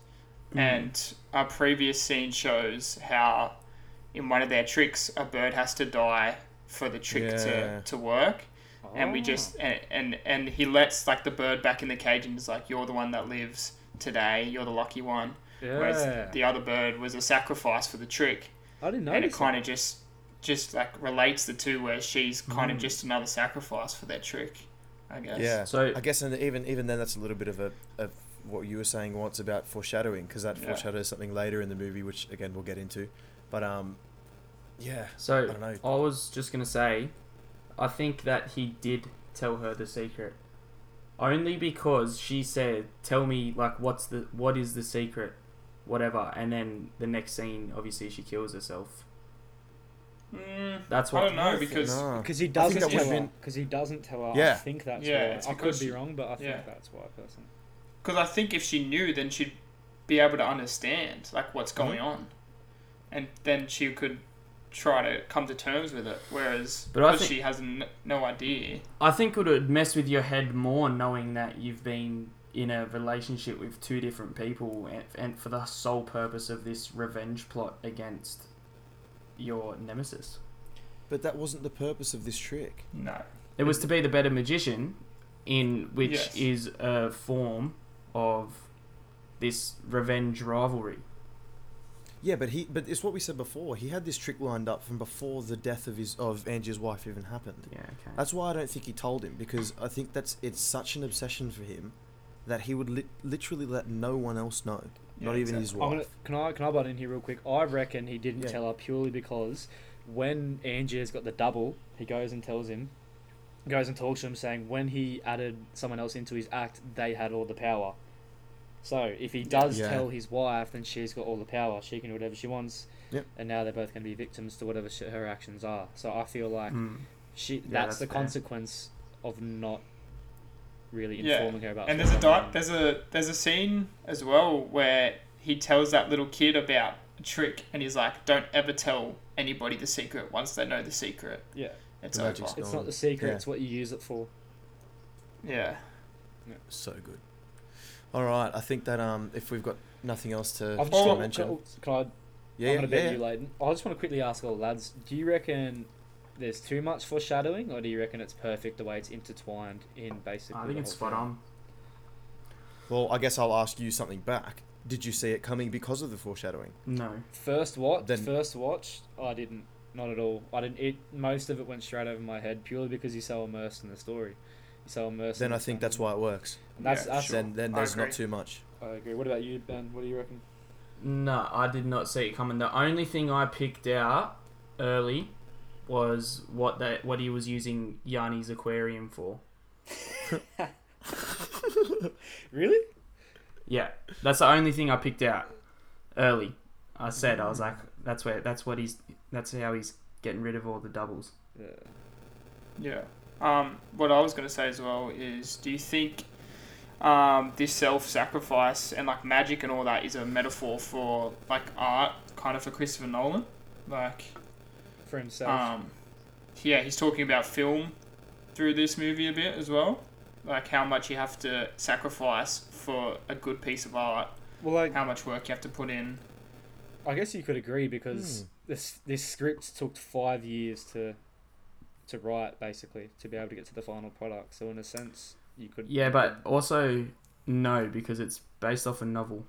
and our previous scene shows how in one of their tricks a bird has to die for the trick
Yeah.
to, to work, and we
Ah.
just and, and and he lets like the bird back in the cage and is like, "You're the one that lives today. You're the lucky one."
Oh, Yeah.
Whereas the other bird was a sacrifice for the trick
I didn't
and it
notice.
kind of just just like relates the two where she's
Mm.
kind of just another sacrifice for that trick i guess
yeah.
So-
So I guess and even even then, that's a little bit of a, of what you were saying once about foreshadowing, because that
Yeah.
foreshadows something later in the movie, which again we'll get into. But um, yeah,
So
I don't know.
I, was just gonna say, I think that he did tell her the secret, only because she said, "Tell me, like, what's the what is the secret, whatever." And then the next scene, obviously, she kills herself.
mm,
That's
i
what
don't know because
No.
Because he
I think
doesn't
that
tell
would've
her.
been-
Because he doesn't tell her. I
Yeah.
think that's
Yeah,
why.
it's
I
because
could be
she-
wrong, but I think
yeah.
that's why, personally.
because i think if she knew then she'd
Mm-hmm.
be able to understand like what's going on and then she could try to come to terms with it. Whereas,
But I
because
think-
she has n- no idea.
I think it would mess with your head more knowing that you've been in a relationship with two different people and, and for the sole purpose of this revenge plot against your nemesis.
But that wasn't the purpose of this trick.
No.
It was to be the better magician, in which
Yes.
is a form of this revenge rivalry.
Yeah, but he but it's what we said before. He had this trick lined up from before the death of his of Angie's wife even happened.
Yeah, okay.
That's why I don't think he told him because I think that's it's such an obsession for him that he would lit literally let no one else know, not
Yeah,
even his
exactly.
wife.
I'm gonna, can I can I butt in here real quick? I reckon he didn't
Yeah.
tell her purely because when Angier's got the double, he goes and tells him, goes and talks to him, saying when he added someone else into his act, they had all the power. So if he does
Yeah.
tell his wife, then she's got all the power. She can do whatever she wants.
Yep.
And now they're both going to be victims to whatever sh- her actions are. So I feel like
Mm.
she
that's
that's, the
fair.
consequence of not really
Yeah.
informing her about.
And
what's
there's a
going
di-
on.
there's a there's a scene as well where he tells that little kid about a trick, and he's like, "Don't ever tell anybody the secret. Once they know the secret,
yeah.
it's
The
over."
magic's
It's
gone.
not the secret.
Yeah.
It's what you use it for.
Yeah.
So good. All right, I think that um, if we've got nothing else to,
I've just
to
got,
mention,
can, can I
yeah,
I'm gonna bet
yeah,
you, Leighton. I just want to quickly ask all the lads: Do you reckon there's too much foreshadowing, or do you reckon it's perfect the way it's intertwined in basically?
I think
the
it's
whole
spot
thing?
on.
Well, I guess I'll ask you something back. Did you see it coming because of the foreshadowing?
No.
First watch,
Then-
first watch, I didn't. Not at all. I didn't. It most of it went straight over my head purely because you're so immersed in the story. You're so immersed.
Then
in
I
the
think
film.
that's why it works.
And that's,
Yeah,
that's
Sure.
Then then
I
there's not
agree.
too much.
I agree. What about you, Ben? What do you reckon?
No, I did not see it coming. The only thing I picked out early was what that what he was using Yanni's aquarium for.
Really?
Yeah, that's the only thing I picked out early. I said I was like, that's where that's what he's that's how he's getting rid of all the doubles.
Yeah.
Yeah. Um, what I was going to say as well is, do you think um, this self-sacrifice and like magic and all that is a metaphor for like art, kind of for Christopher Nolan? Like,
For himself.
um, yeah, he's talking about film through this movie a bit as well, like how much you have to sacrifice for a good piece of art,
well, like
how much work you have to put in.
I guess you could agree because
Hmm.
this this script took five years to to write basically to be able to get to the final product. So in a sense, you could
Yeah, but also no because it's based off a novel.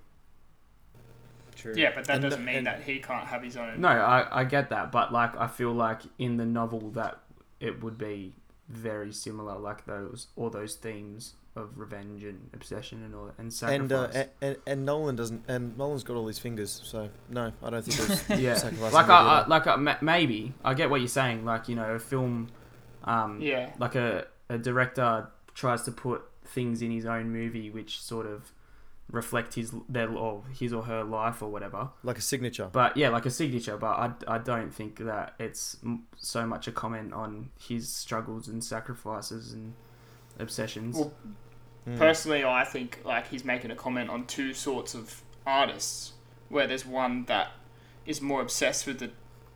true.
Yeah, but that
And the-
doesn't mean
and-
that he can't have his own.
No, I I get that, but like I feel like in the novel that it would be very similar, like those all those themes of revenge and obsession and all that, and sacrifice.
And, uh, a- and and Nolan doesn't. And Nolan's got all his fingers. So no, I don't think
*laughs*
there's
yeah,
sacrifice.
like I, I like I, ma- maybe I get what you're saying. Like you know, a film, um,
Yeah.
like a a director tries to put things in his own movie which sort of reflect his their or his or her life or whatever.
like a signature.
But yeah, like a signature. But I, I don't think that it's m- so much a comment on his struggles and sacrifices and obsessions.
Well,
Mm.
Personally, I think like he's making a comment on two sorts of artists, where there's one that is more obsessed with the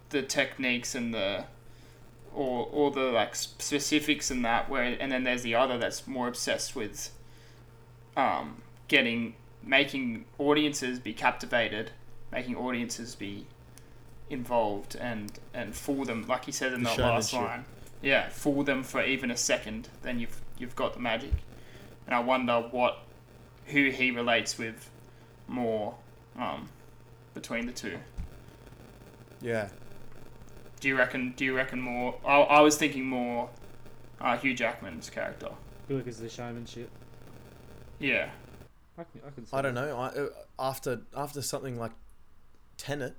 the techniques and the or or the like specifics and that where and then there's the other that's more obsessed with um, getting making audiences be captivated, making audiences be involved and and fool them like he said in
The
that last
showmanship.
line. Yeah, fool them for even a second, then you've you've got the magic. And I wonder what who he relates with more um, between the two.
yeah.
Do you reckon? Do you reckon more? I, I was thinking more uh, Hugh Jackman's character.
Feel like it's the showmanship.
Yeah,
I can, I can see
I don't
that.
know. I uh, after after something like Tenet,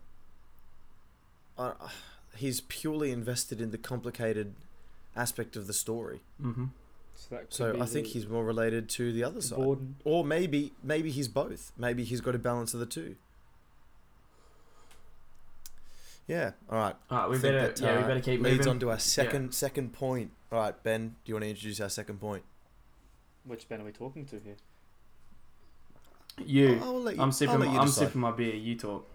I, he's purely invested in the complicated aspect of the story.
mm-hmm.
So, that could
So
be
I think
the-
he's more related to the other
the
side.
Borden.
Or maybe maybe he's both. Maybe he's got a balance of the two. Yeah. All right.
All right, we
I think
better
that,
yeah, we
uh,
better keep
leads
moving.
on to our second second point. All right, Ben, do you want to introduce our second point?
Which Ben are we talking to here?
you,
I'll, I'll let you.
I'm
I'll
sipping.
let you
I'm
decide.
sipping my beer. You talk.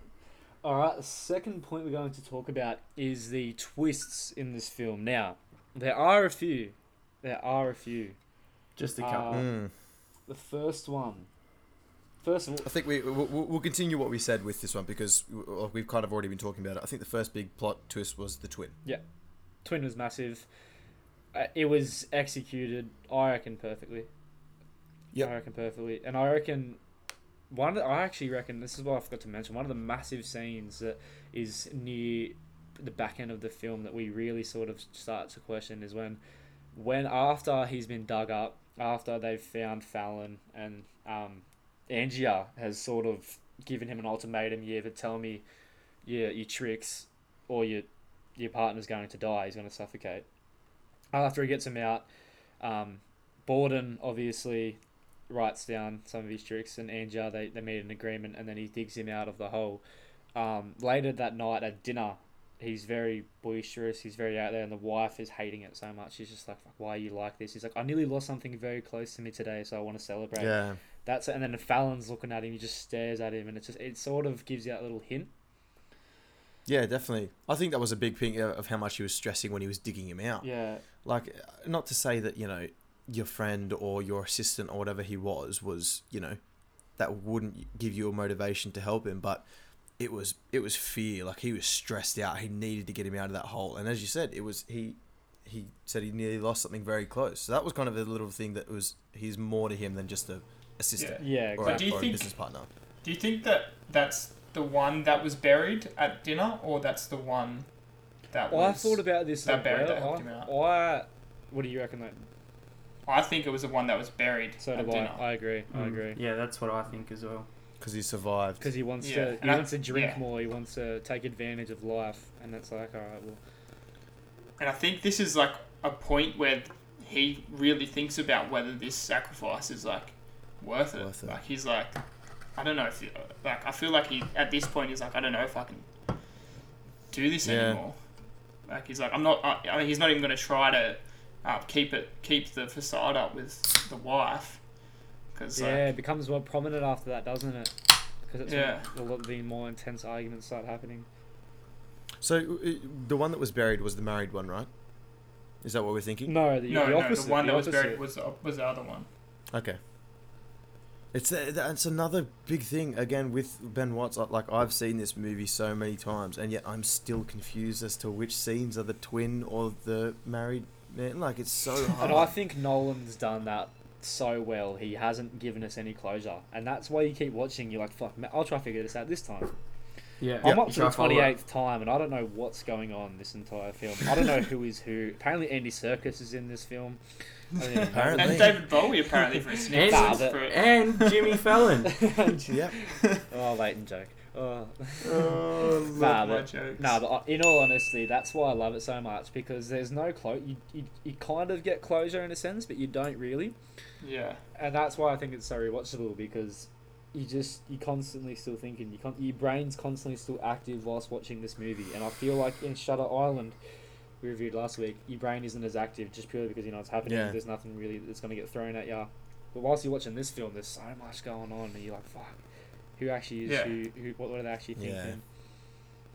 All right, the second point we're going to talk about is the twists in this film. Now, there are a few. There are a few.
Just a
Uh,
couple.
Mm.
The first one. First of all,
I think we we'll, we'll continue what we said with this one because uh, we've kind of already been talking about it. I think the first big plot twist was the twin.
Twin was massive. Uh, it was executed, I reckon, perfectly.
Yep.
I reckon perfectly, and I reckon one. Of the, I actually reckon this is what I forgot to mention. One of the massive scenes that is near the back end of the film that we really sort of start to question is when, when after he's been dug up, after they've found Fallon and um, Angia has sort of given him an ultimatum. You either tell me, yeah, your tricks, or your your partner's going to die. He's going to suffocate. After he gets him out, um, Borden obviously writes down some of his tricks, and Anjar they, they made an agreement, and then he digs him out of the hole. Um, later that night at dinner, he's very boisterous. He's very out there, and the wife is hating it so much. She's just like, "Fuck, why are you like this?" He's like, "I nearly lost something very close to me today, so I want to celebrate."
Yeah.
That's it. And then Fallon's looking at him. He just stares at him, and it's just it sort of gives you that little hint.
Yeah, definitely. I think that was a big thing uh, of how much he was stressing when he was digging him out.
Yeah,
Like, uh, not to say that, you know, your friend or your assistant or whatever he was, was, you know, that wouldn't give you a motivation to help him, but it was it was fear. Like he was stressed out. He needed to get him out of that hole. And as you said, it was he he said he nearly lost something very close. So that was kind of a little thing that was he's more to him than just a assistant.
yeah.
or,
But
a,
do you
or a
think-
business partner.
Do you think that that's the one that was buried at dinner, or that's the one that
I
was?
thought about this.
that
as
buried that
well.
helped him out.
I, I, what do you reckon? That
I think it was the one that was buried
so
at
do I.
dinner.
I agree. I
Mm,
agree.
Yeah, that's what I think as well.
Because he survived.
Because he wants
Yeah,
to,
and
he
I-
wants to drink
yeah.
more. He wants to take advantage of life, and that's like, all right, well,
And I think this is like a point where he really thinks about whether this sacrifice is like worth it.
Worth it.
Like he's like, I don't know if like I feel like he at this point he's like I don't know if I can do this
Yeah.
anymore. Like he's like I'm not. I, I mean he's not even going to try to uh, keep it keep the facade up with the wife because
yeah, it becomes more prominent after that, doesn't it? Because it's
Yeah.
when a lot of the more intense arguments start happening.
So uh, the one that was buried was the married one, right? Is that what we're thinking?
No, the,
no
the
no
opposite.
the one
the
that was buried
opposite.
was the, was the other one.
Okay. It's a, that's another big thing again with Ben Watts. uh, Like like, I've seen this movie so many times, and yet I'm still confused as to which scenes are the twin or the married man. Like it's so hard.
And
*laughs*
I think Nolan's done that so well. He hasn't given us any closure, and that's why you keep watching. You're like, fuck, man, I'll try to figure this out this time.
Yeah,
I'm up to
Should
the
I follow up?
twenty eighth time, and I don't know what's going on this entire film. I don't know who is who. Apparently, Andy Circus is in this film. I don't even know.
Apparently.
And David Bowie apparently
*laughs*
for a sniff.
Nah,
for-
but- *laughs*
And
*laughs*
Jimmy Fallon.
yeah.
oh, Leighton joke. Oh.
Oh, love
Nah,
my
but-
jokes.
No, but I- in all honesty, that's why I love it so much because there's no closure. You, you, you kind of get closure in a sense, but you don't really,
yeah.
and that's why I think it's so rewatchable because you just you constantly still thinking. You con- your brain's constantly still active whilst watching this movie, and I feel like in Shutter Island. We reviewed last week. Your brain isn't as active just purely because you know it's happening.
Yeah.
There's nothing really that's going to get thrown at you. But whilst you're watching this film, there's so much going on, and you're like, "Fuck, who actually is
Yeah.
who? who what, what are they actually thinking?"
Yeah.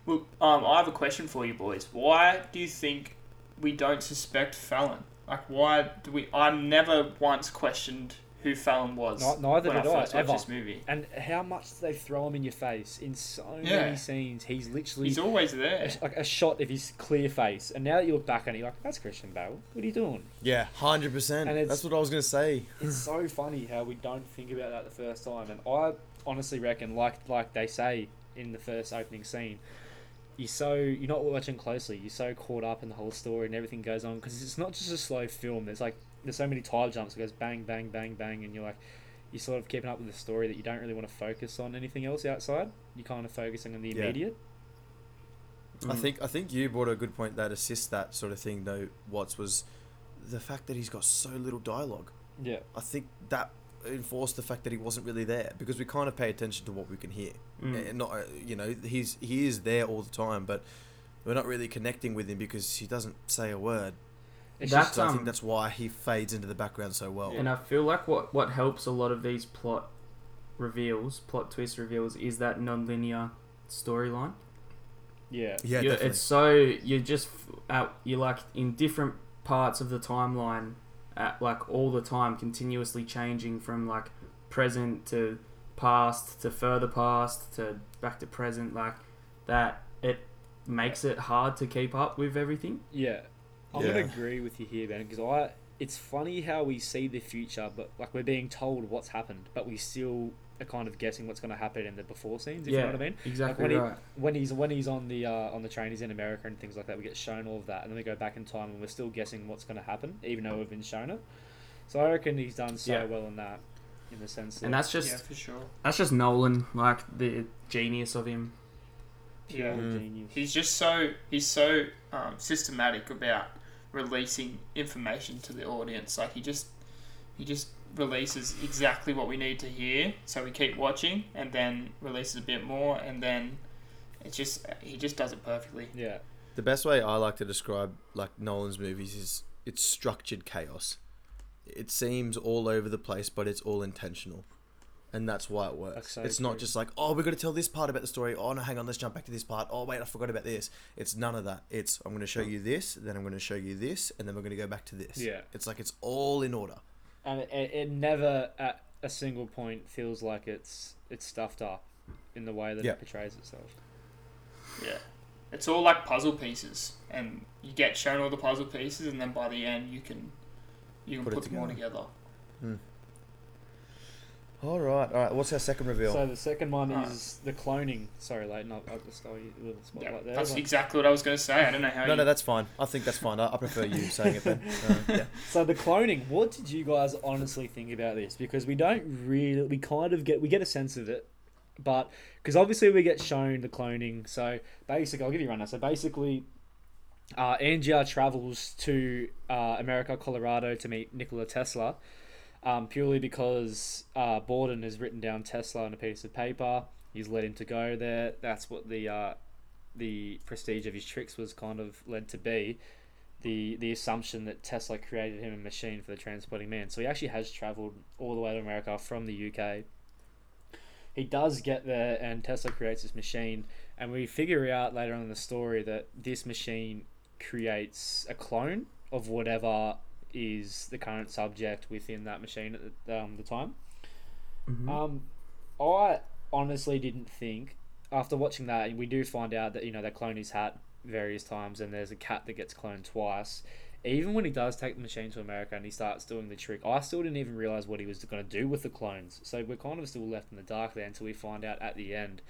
Well, um, I have a question for you boys. Why do you think we don't suspect Fallon? Like, why do we? I never once questioned who Fallon was.
Ni- neither
when
did I,
first watched
ever.
This movie.
And how much they throw him in your face in so
Yeah.
many scenes. He's literally
He's always
a,
there.
like a shot of his clear face. And now that you look back on it, you're like, that's Christian Bale. What are you doing?
Yeah, hundred percent.
And it's-
That's what I was gonna say.
It's so funny how we don't think about that the first time. And I honestly reckon, like like they say in the first opening scene, you're so you're not watching closely. You're so caught up in the whole story and everything goes on because it's not just a slow film. There's like there's so many time jumps. It goes bang bang bang bang, and you're like you're sort of keeping up with the story that you don't really want to focus on anything else outside. You're kind of focusing on the
Yeah.
immediate.
I
Mm.
think I think you brought a good point that assists that sort of thing though. Watts was the fact that he's got so little dialogue.
Yeah.
I think that enforced the fact that he wasn't really there because we kind of pay attention to what we can hear.
Mm.
And not uh, you know he's he is there all the time, but we're not really connecting with him because he doesn't say a word.
It's
That's-
just,
So I
um,
think that's why he fades into the background so well.
And uh, I feel like what, what helps a lot of these plot reveals, plot twist reveals, is that non-linear storyline.
Yeah.
Yeah,
You're-
definitely.
it's so you're just uh, you're like in different parts of the timeline, at like all the time, continuously changing from like present to past to further past to back to present. Like that, it makes it hard to keep up with everything.
Yeah. I'm gonna
Yeah.
agree with you here, Ben, because I it's funny how we see the future, but like we're being told what's happened, but we still are kind of guessing what's gonna happen in the before scenes, if
yeah,
you know what I mean?
exactly
when he-
right.
When he's when he's on the uh, on the train, he's in America and things like that, we get shown all of that and then we go back in time and we're still guessing what's gonna happen, even though we've been shown it. So I reckon he's done so
Yeah.
well in that in the sense that
and that's just
yeah, for sure.
that's just Nolan, like the genius of him.
pure
Yeah. Mm.
genius.
He's just so he's so um, systematic about releasing information to the audience. Like he just he just releases exactly what we need to hear, so we keep watching, and then releases a bit more, and then it's just he just does it perfectly.
Yeah.
The best way I like to describe like Nolan's movies is it's structured chaos. It seems all over the place, but it's all intentional, and that's why it works.
That's so
it's
true.
not just like oh we're gonna tell this part about the story. Oh no, hang on, let's jump back to this part. Oh wait, I forgot about this. It's none of that. It's I'm gonna show you this, then I'm gonna show you this, and then we're gonna go back to this.
Yeah.
It's like it's all in order.
and it, it, it never at a single point feels like it's it's stuffed up in the way that
Yeah.
it portrays itself.
Yeah. It's all like puzzle pieces, and you get shown all the puzzle pieces, and then by the end you can you can
Put
put,
it
them all together.
All right, all right. What's our second reveal?
So the second one
Alright.
is the cloning. Sorry, Leighton, I, I just stole your little spotlight
Yeah,
there.
that's
but-
exactly what I was going to say. I don't know how
no,
you
no, that's fine. I think that's fine. I, I prefer you saying it
*laughs*
then. Uh, yeah.
So the cloning. What did you guys honestly think about this? Because we don't really, we kind of get, we get a sense of it, but because obviously we get shown the cloning. So basically, I'll give you a rundown. So basically, uh, NGR travels to uh, America, Colorado, to meet Nikola Tesla, um, purely because uh, Borden has written down Tesla on a piece of paper. He's led him to go there. That's what the uh, the prestige of his tricks was kind of led to be the the assumption that Tesla created him a machine for the transporting man. So he actually has traveled all the way to America from the UK. He does get there, and Tesla creates this machine, and we figure out later on in the story that this machine creates a clone of whatever is the current subject within that machine at the, um, the time.
Mhm.
Um, I honestly didn't think after watching that, we do find out that you know they clone his hat various times, and there's a cat that gets cloned twice. Even when he does take the machine to America and he starts doing the trick, I still didn't even realize what he was going to do with the clones. So we're kind of still left in the dark there until we find out at the end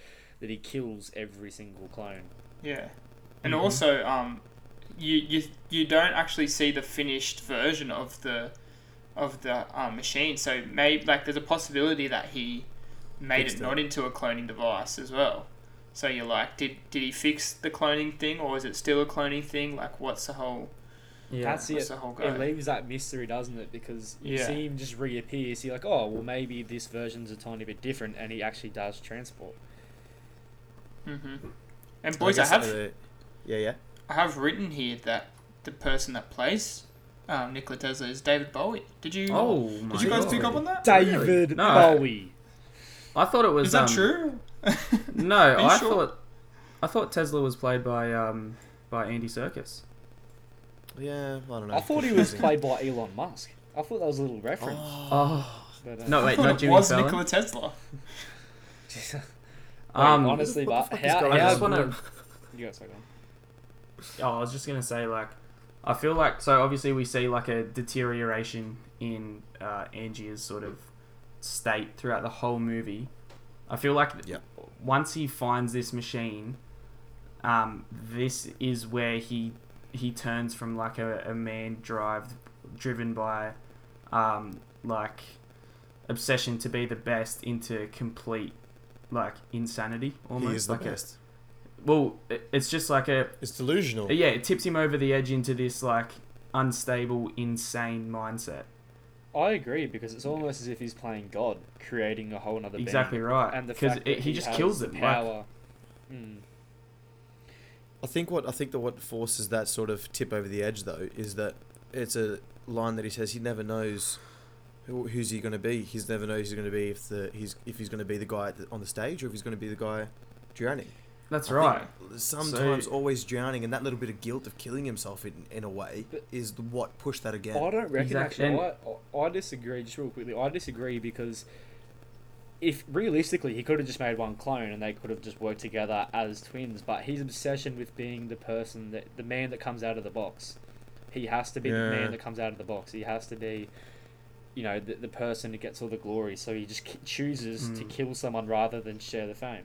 that he kills every single clone.
Yeah, and
Mm-hmm.
also, um, you you you don't actually see the finished version of the of the uh, machine. So maybe like there's a possibility that he made
Fixed
it
it.
not into a cloning device as well. So you're like, did did he fix the cloning thing, or is it still a cloning thing? Like, what's the whole
yeah.
That's
what's
it.
the whole go?
It leaves that mystery, doesn't it? Because you
Yeah.
see him just reappear. You see, like, oh, well, maybe this version's a tiny bit different, and he actually does transport.
hmm And boys,
I
I
guess,
have
uh, yeah, yeah.
I have written here that the person that plays um, Nikola Tesla is David Bowie. Did you?
oh my
did you guys
God.
pick up on that? Is
David
No.
Bowie.
I thought it was.
that
um,
true?
No,
you
I
sure?
thought I thought Tesla was played by um by Andy Circus.
Yeah, I don't know.
I thought he was
*laughs* Confusing.
played by Elon Musk. I thought that was a little reference.
Oh,
Oh
but, uh,
no,
I
wait,
thought *laughs*
not
it
Jimmy
was
Fallon.
Nikola Tesla.
um,
Wait, honestly,
what
but
the fuck is
how,
going
I
on?
how
just want to.
you guys are going.
Oh, I was just gonna say like, I feel like so obviously we see like a deterioration in uh, Angie's sort of state throughout the whole movie. I feel like
Yeah.
once he finds this machine, um, this is where he he turns from like a, a man drive driven by um, like obsession to be the best into complete like insanity almost
he is the
like a-
best.
well it- it's just like a
It's delusional.
yeah, it tips him over the edge into this like unstable, insane mindset.
I agree because it's almost as if he's playing God, creating a whole other
exactly right.
being. and the
because
fact that
he, just
has
kills
the
them. Like,
Power. Mm.
I think what I think that what forces that sort of tip over the edge though is that it's a line that he says he never knows who, who's he going to be. He's never knows he's going to be if the he's if he's going to be the guy at the, on the stage or if he's going to be the guy drowning.
That's
I
right.
think Sometimes
So-
always drowning, and that little bit of guilt of killing himself in, in a way
But-
is the, what pushed that again.
I don't reckon
Exact-
actually. I, I I disagree. Just real quickly, I disagree because if realistically he could have just made one clone and they could have just worked together as twins, but his obsession with being the person that the man that comes out of the box, he has to be the
Yeah.
man that comes out of the box. He has to be. You know the, the person that gets all the glory, so he just k- chooses to
Mm.
kill someone rather than share the fame.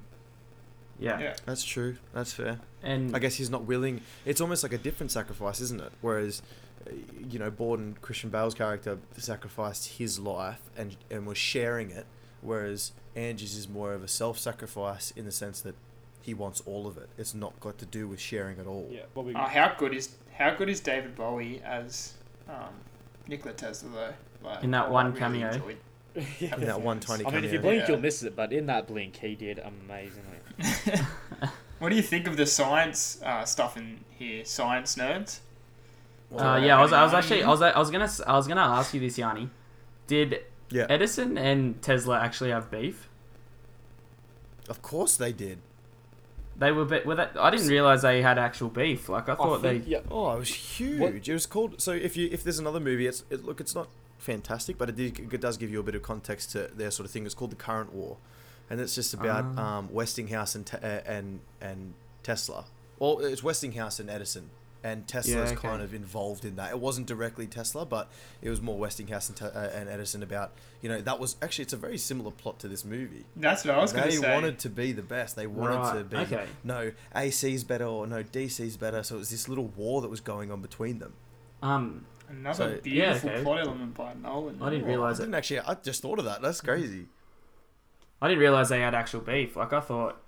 Yeah.
Yeah.
That's true. That's fair.
And
I guess he's not willing. It's almost like a different sacrifice, isn't it? Whereas, uh, you know, Borden Christian Bale's character sacrificed his life and and was sharing it, whereas Angie's is more of a self-sacrifice in the sense that he wants all of it. It's not got to do with sharing at all.
Yeah, well, we,
Oh, how good is how good is David Bowie as um, Nikola Tesla though? Like,
In that
I
one
really
cameo.
enjoyed-
*laughs* yeah.
In that one tiny
I mean, if you
cameo.
blink,
Yeah.
you'll miss it, but in that blink, he did amazingly.
What do you think of the science uh, stuff in here, science nerds?
uh, yeah, I was, I was actually I was I was gonna s- I was gonna ask you this, Yanni. Did
Yeah.
Edison and Tesla actually have beef?
Of course they did.
They were, be- were that, I didn't realize they had actual beef. Like I thought
think-
they.
yeah,
Oh, it was huge. It was called. So if you if there's another movie, it's it, look, it's not fantastic, but it, did, it does give you a bit of context to their sort of thing. It's called the Current War, and it's just about
Ah.
um, Westinghouse and te- uh, and and Tesla. Well, it's Westinghouse and Edison, and Tesla
Yeah,
is
okay.
kind of involved in that. It wasn't directly Tesla, but it was more Westinghouse and, te- uh, and Edison about you know that was actually it's a very similar plot to this movie.
That's what I was going
They
to say.
wanted to be the best. They wanted
Right,
to be
okay.
no AC's better or no DC's better. So it was this little war that was going on between them.
Um,
Another
So-
beautiful
Yeah, okay.
plot element by Nolan.
I didn't
Oh,
realize
I
it.
didn't actually. I just thought of that. That's crazy.
I didn't realize they had actual beef. Like I thought,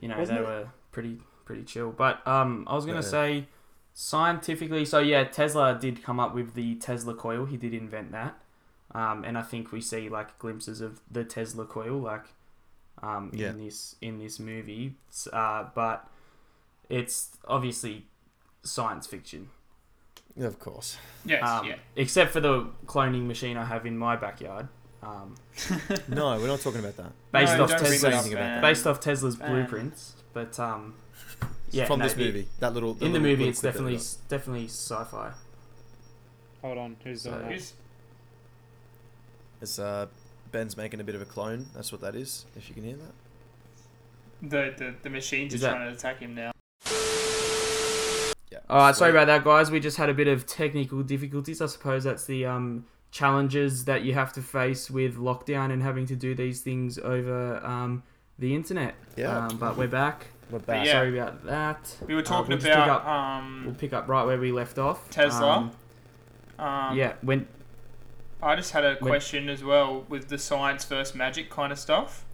you know,
Wasn't
they
it-
were pretty pretty chill. But um, I was gonna
Yeah.
say scientifically. So yeah, Tesla did come up with the Tesla coil. He did invent that. Um, and I think we see like glimpses of the Tesla coil, like um,
Yeah.
in this in this movie. It's, Uh, but it's obviously science fiction.
Of course.
Yes,
Um,
yeah.
Except for the cloning machine I have in my backyard. Um,
*laughs* No, we're not talking about that.
based
No,
off
don't bring
Tesla's-
Tesla's
that up,
Anything about
man.
based off Tesla's
And-
blueprints, but um, *laughs* yeah,
From
no,
this
the-
movie, that little
in the
little-
movie,
little
it's
clip that they
definitely
got.
definitely sci-fi.
Hold on, who's
So-
on that?
Who's-
It's uh, Ben's making a bit of a clone. That's what that is. If you can hear that.
the, the the machines are
Is that-
trying to attack him now.
Yeah.
All right, sorry
Sweet.
about that, guys. We just had a bit of technical difficulties. I suppose that's the um, challenges that you have to face with lockdown and having to do these things over um, the internet.
Yeah.
Um, but we're back.
We're back.
Yeah.
Sorry about that.
We were
Uh,
talking
we'll just pick
about
up- We'll
um,
pick up right where we left off.
Tesla.
Um,
um,
yeah. When
I just had a
When-
question as well with the science versus magic kind of stuff.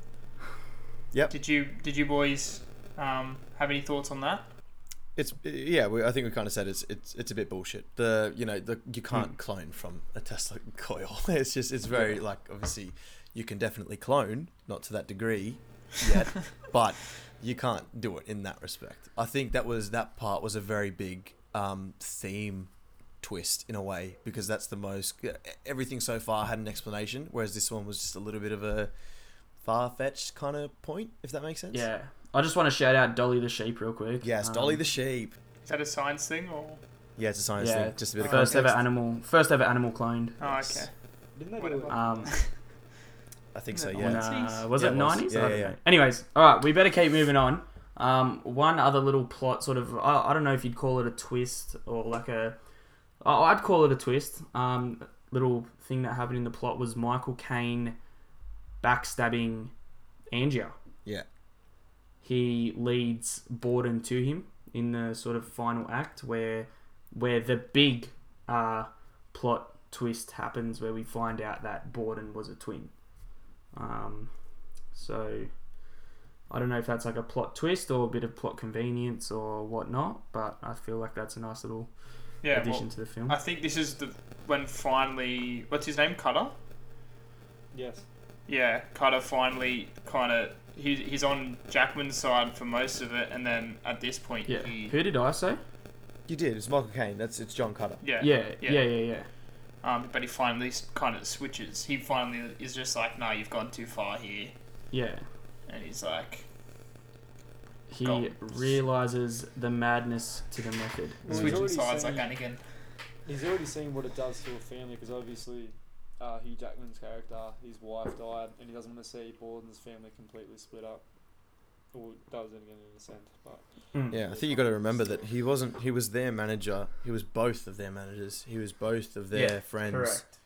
Yep.
Did you did you boys um, have any thoughts on that?
It's yeah. We, I think we kind of said it's it's it's a bit bullshit. The you know the you can't
Hmm.
clone from a Tesla *laughs* coil. It's just it's very like obviously you can definitely clone, not to that degree
*laughs*
yet, but you can't do it in that respect. I think that was that part was a very big um, theme twist in a way because that's the most e, everything so far had an explanation, whereas this one was just a little bit of a far fetched kind of point. If that makes sense.
yeah, I just want to shout out Dolly the sheep real quick.
Yes,
Um,
Dolly the sheep.
Is that a science thing or? Oh,
Yeah, it's a science
Yeah,
thing. Just a bit of
first
context.
ever animal first ever animal cloned
Oh,
Yes.
okay.
Didn't they
Whatever.
do it?
um
I think so.
Yeah,
Yeah.
on,
that's-
uh, was
Yeah,
it
it was.
90s
Yeah,
I don't
yeah.
know. anyways all right we better keep moving on um one other little plot sort of I, I don't know if you'd call it a twist or like a I- i'd call it a twist um little thing that happened in the plot was michael caine backstabbing angia
Yeah.
he leads Borden to him in the sort of final act where where the big uh, plot twist happens where we find out that Borden was a twin. Um, so I don't know if that's like a plot twist or a bit of plot convenience or whatnot, but I feel like that's a nice little
Yeah.
addition
Well,
to the film.
I think this is the when finally what's his name Cutter.
Yes.
Yeah, Cutter finally kind of he, he's on Jackman's side for most of it, and then at this point
yeah.
he
Who did I say?
You did. It's Michael Caine. That's it's John Cutter.
yeah
Yeah, yeah, yeah, yeah.
Um, but he finally kind of switches. He finally is just like, no, you've gone too far here,
Yeah.
and he's like,
He
Goals.
realizes the madness to the method.
Well, he's
Switching
already
sides like
saying-
Anakin.
He's already seen what it does to a family because obviously uh, Hugh Jackman's character, his wife died, and he doesn't want to see Borden's family completely split up. Or does in an extent, but
Mm.
Yeah, I think you got to remember that he wasn't. He was their manager. He was both of their managers. He was both of their
Yeah,
friends.
Correct.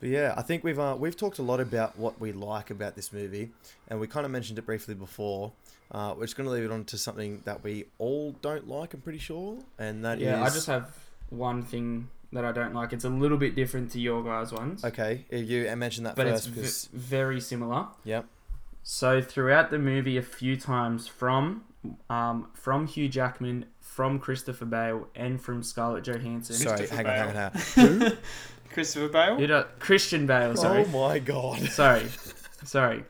But yeah, I think we've uh, we've talked a lot about what we like about this movie, and we kind of mentioned it briefly before. Uh, we're just going to leave it on to something that we all don't like. I'm pretty sure, and that is
yeah, I just have one thing that I don't like. It's a little bit different to your guys' ones,
okay. if You uh, mentioned that
but it's
first
v-
'cause-
very similar.
Yep.
So throughout the movie, a few times from um, from Hugh Jackman, from Christopher Bale, and from Scarlett Johansson.
sorry,
Christopher
hang on, hang on, hang on. *laughs*
Christopher Bale.
You know, Christian Bale, sorry.
Oh my god.
*laughs*
*laughs*
sorry. Sorry.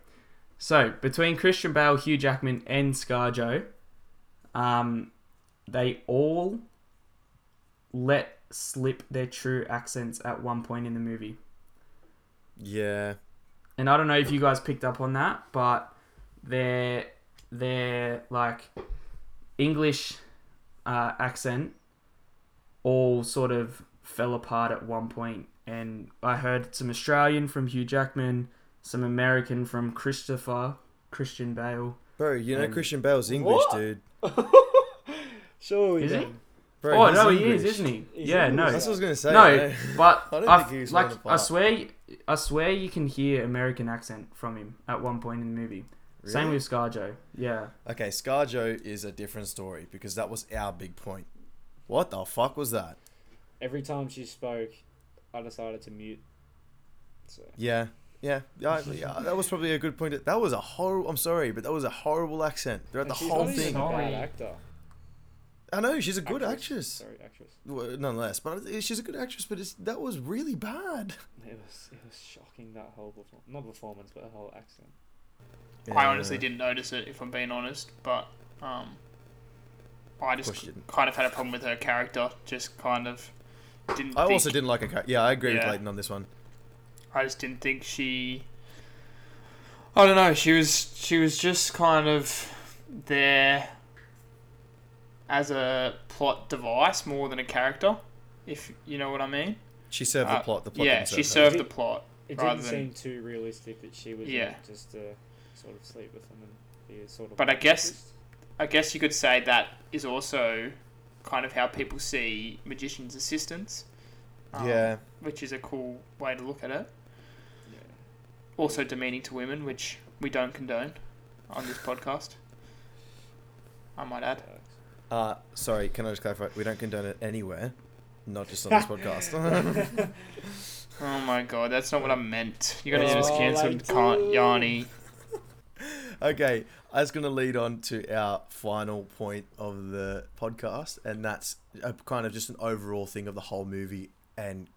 So, between Christian Bale, Hugh Jackman, and ScarJo, um, they all let slip their true accents at one point in the movie.
Yeah,
And I don't know if you guys picked up on that, but their their like English uh, accent all sort of fell apart at one point. And I heard some Australian from Hugh Jackman, some American from Christopher Christian Bale.
bro. You know
And-
Christian Bale's English,
What?
dude.
surely
Is he?
then.
Bro,
oh
he's
no, he
English.
is, isn't he?
He's
yeah,
English.
no,
That's what I was going to say.
no,
eh?
But
I don't
I
think he's
like
one of
I
our-
swear, I swear you can hear American accent from him at one point in the movie. Same
Really?
with ScarJo. Yeah.
Okay, ScarJo is a different story because that was our big point. What the fuck was that?
Every time she spoke, I decided to mute. So
Yeah, yeah, *laughs* yeah, yeah, that was probably a good point. That was a horrible. I'm sorry, but that was a horrible accent throughout
And
the
she's
whole
not even
thing.
a bad
Sorry.
actor.
I know she's a good
Actress.
actress,
Sorry, actress.
well, nonetheless. But I- she's a good actress, but it's, that was really bad.
It was it was shocking that whole perform- not performance but her whole accent.
I honestly didn't notice it, if I'm being honest, but um, I just
course you didn't.
kind of had a problem with her character. Just kind of didn't.
I
think,
also didn't like her. Car- yeah, I agree with
Yeah.
Leighton on this one.
I just didn't think she. I don't know. She was she was just kind of there as a plot device more than a character, if you know what I mean.
She served
Uh,
the plot. The plot.
yeah,
didn't
she
serve her.
served the plot.
It
Rather
didn't seem
than-
too realistic that she was
Yeah.
just to sort of sleep with him and be a sort of.
But I guess-
rapist.
I guess you could say that is also kind of how people see magicians' assistants. um,
Yeah,
which is a cool way to look at it.
Yeah.
Also demeaning to women, which we don't condone on this podcast. I might add.
Uh, sorry, can I just clarify? We don't condone it anywhere, not just on this podcast. *laughs*
Oh my god, that's not what I meant. You're gonna get us
Oh,
cancelled,
like-
can't Yanni?
okay, that's going to lead on to our final point of the podcast, and that's a, kind of just an overall thing of the whole movie and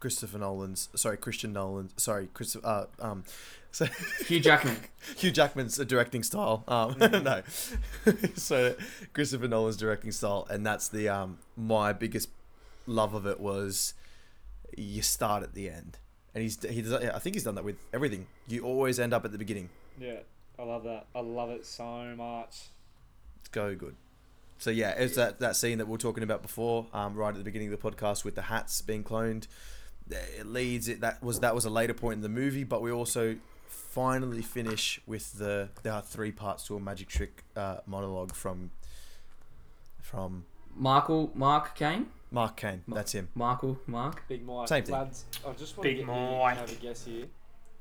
Christopher Nolan's, sorry, Christian Nolan's, sorry, Chris, uh, um, so
Hugh Jackman.
Hugh Jackman's directing style. Um, *laughs* no, *laughs* so Christopher Nolan's directing style, and that's the um my biggest love of it was you start at the end, and he's he does, I think he's done that with everything. You always end up at the beginning.
Yeah, I love that. I love it so much.
It's go good. So yeah, it's that that scene that we are talking about before, um, right at the beginning of the podcast with the hats being cloned. It leads it that was that was a later point in the movie, but we also finally finish with the there are three parts to a magic trick uh, monologue from from
Michael Mark Kane.
Mark Kane. That's him.
Michael Mark.
Big Mike.
Same thing.
Lads, I just want
Big
to get
Mike.
You to have a guess here.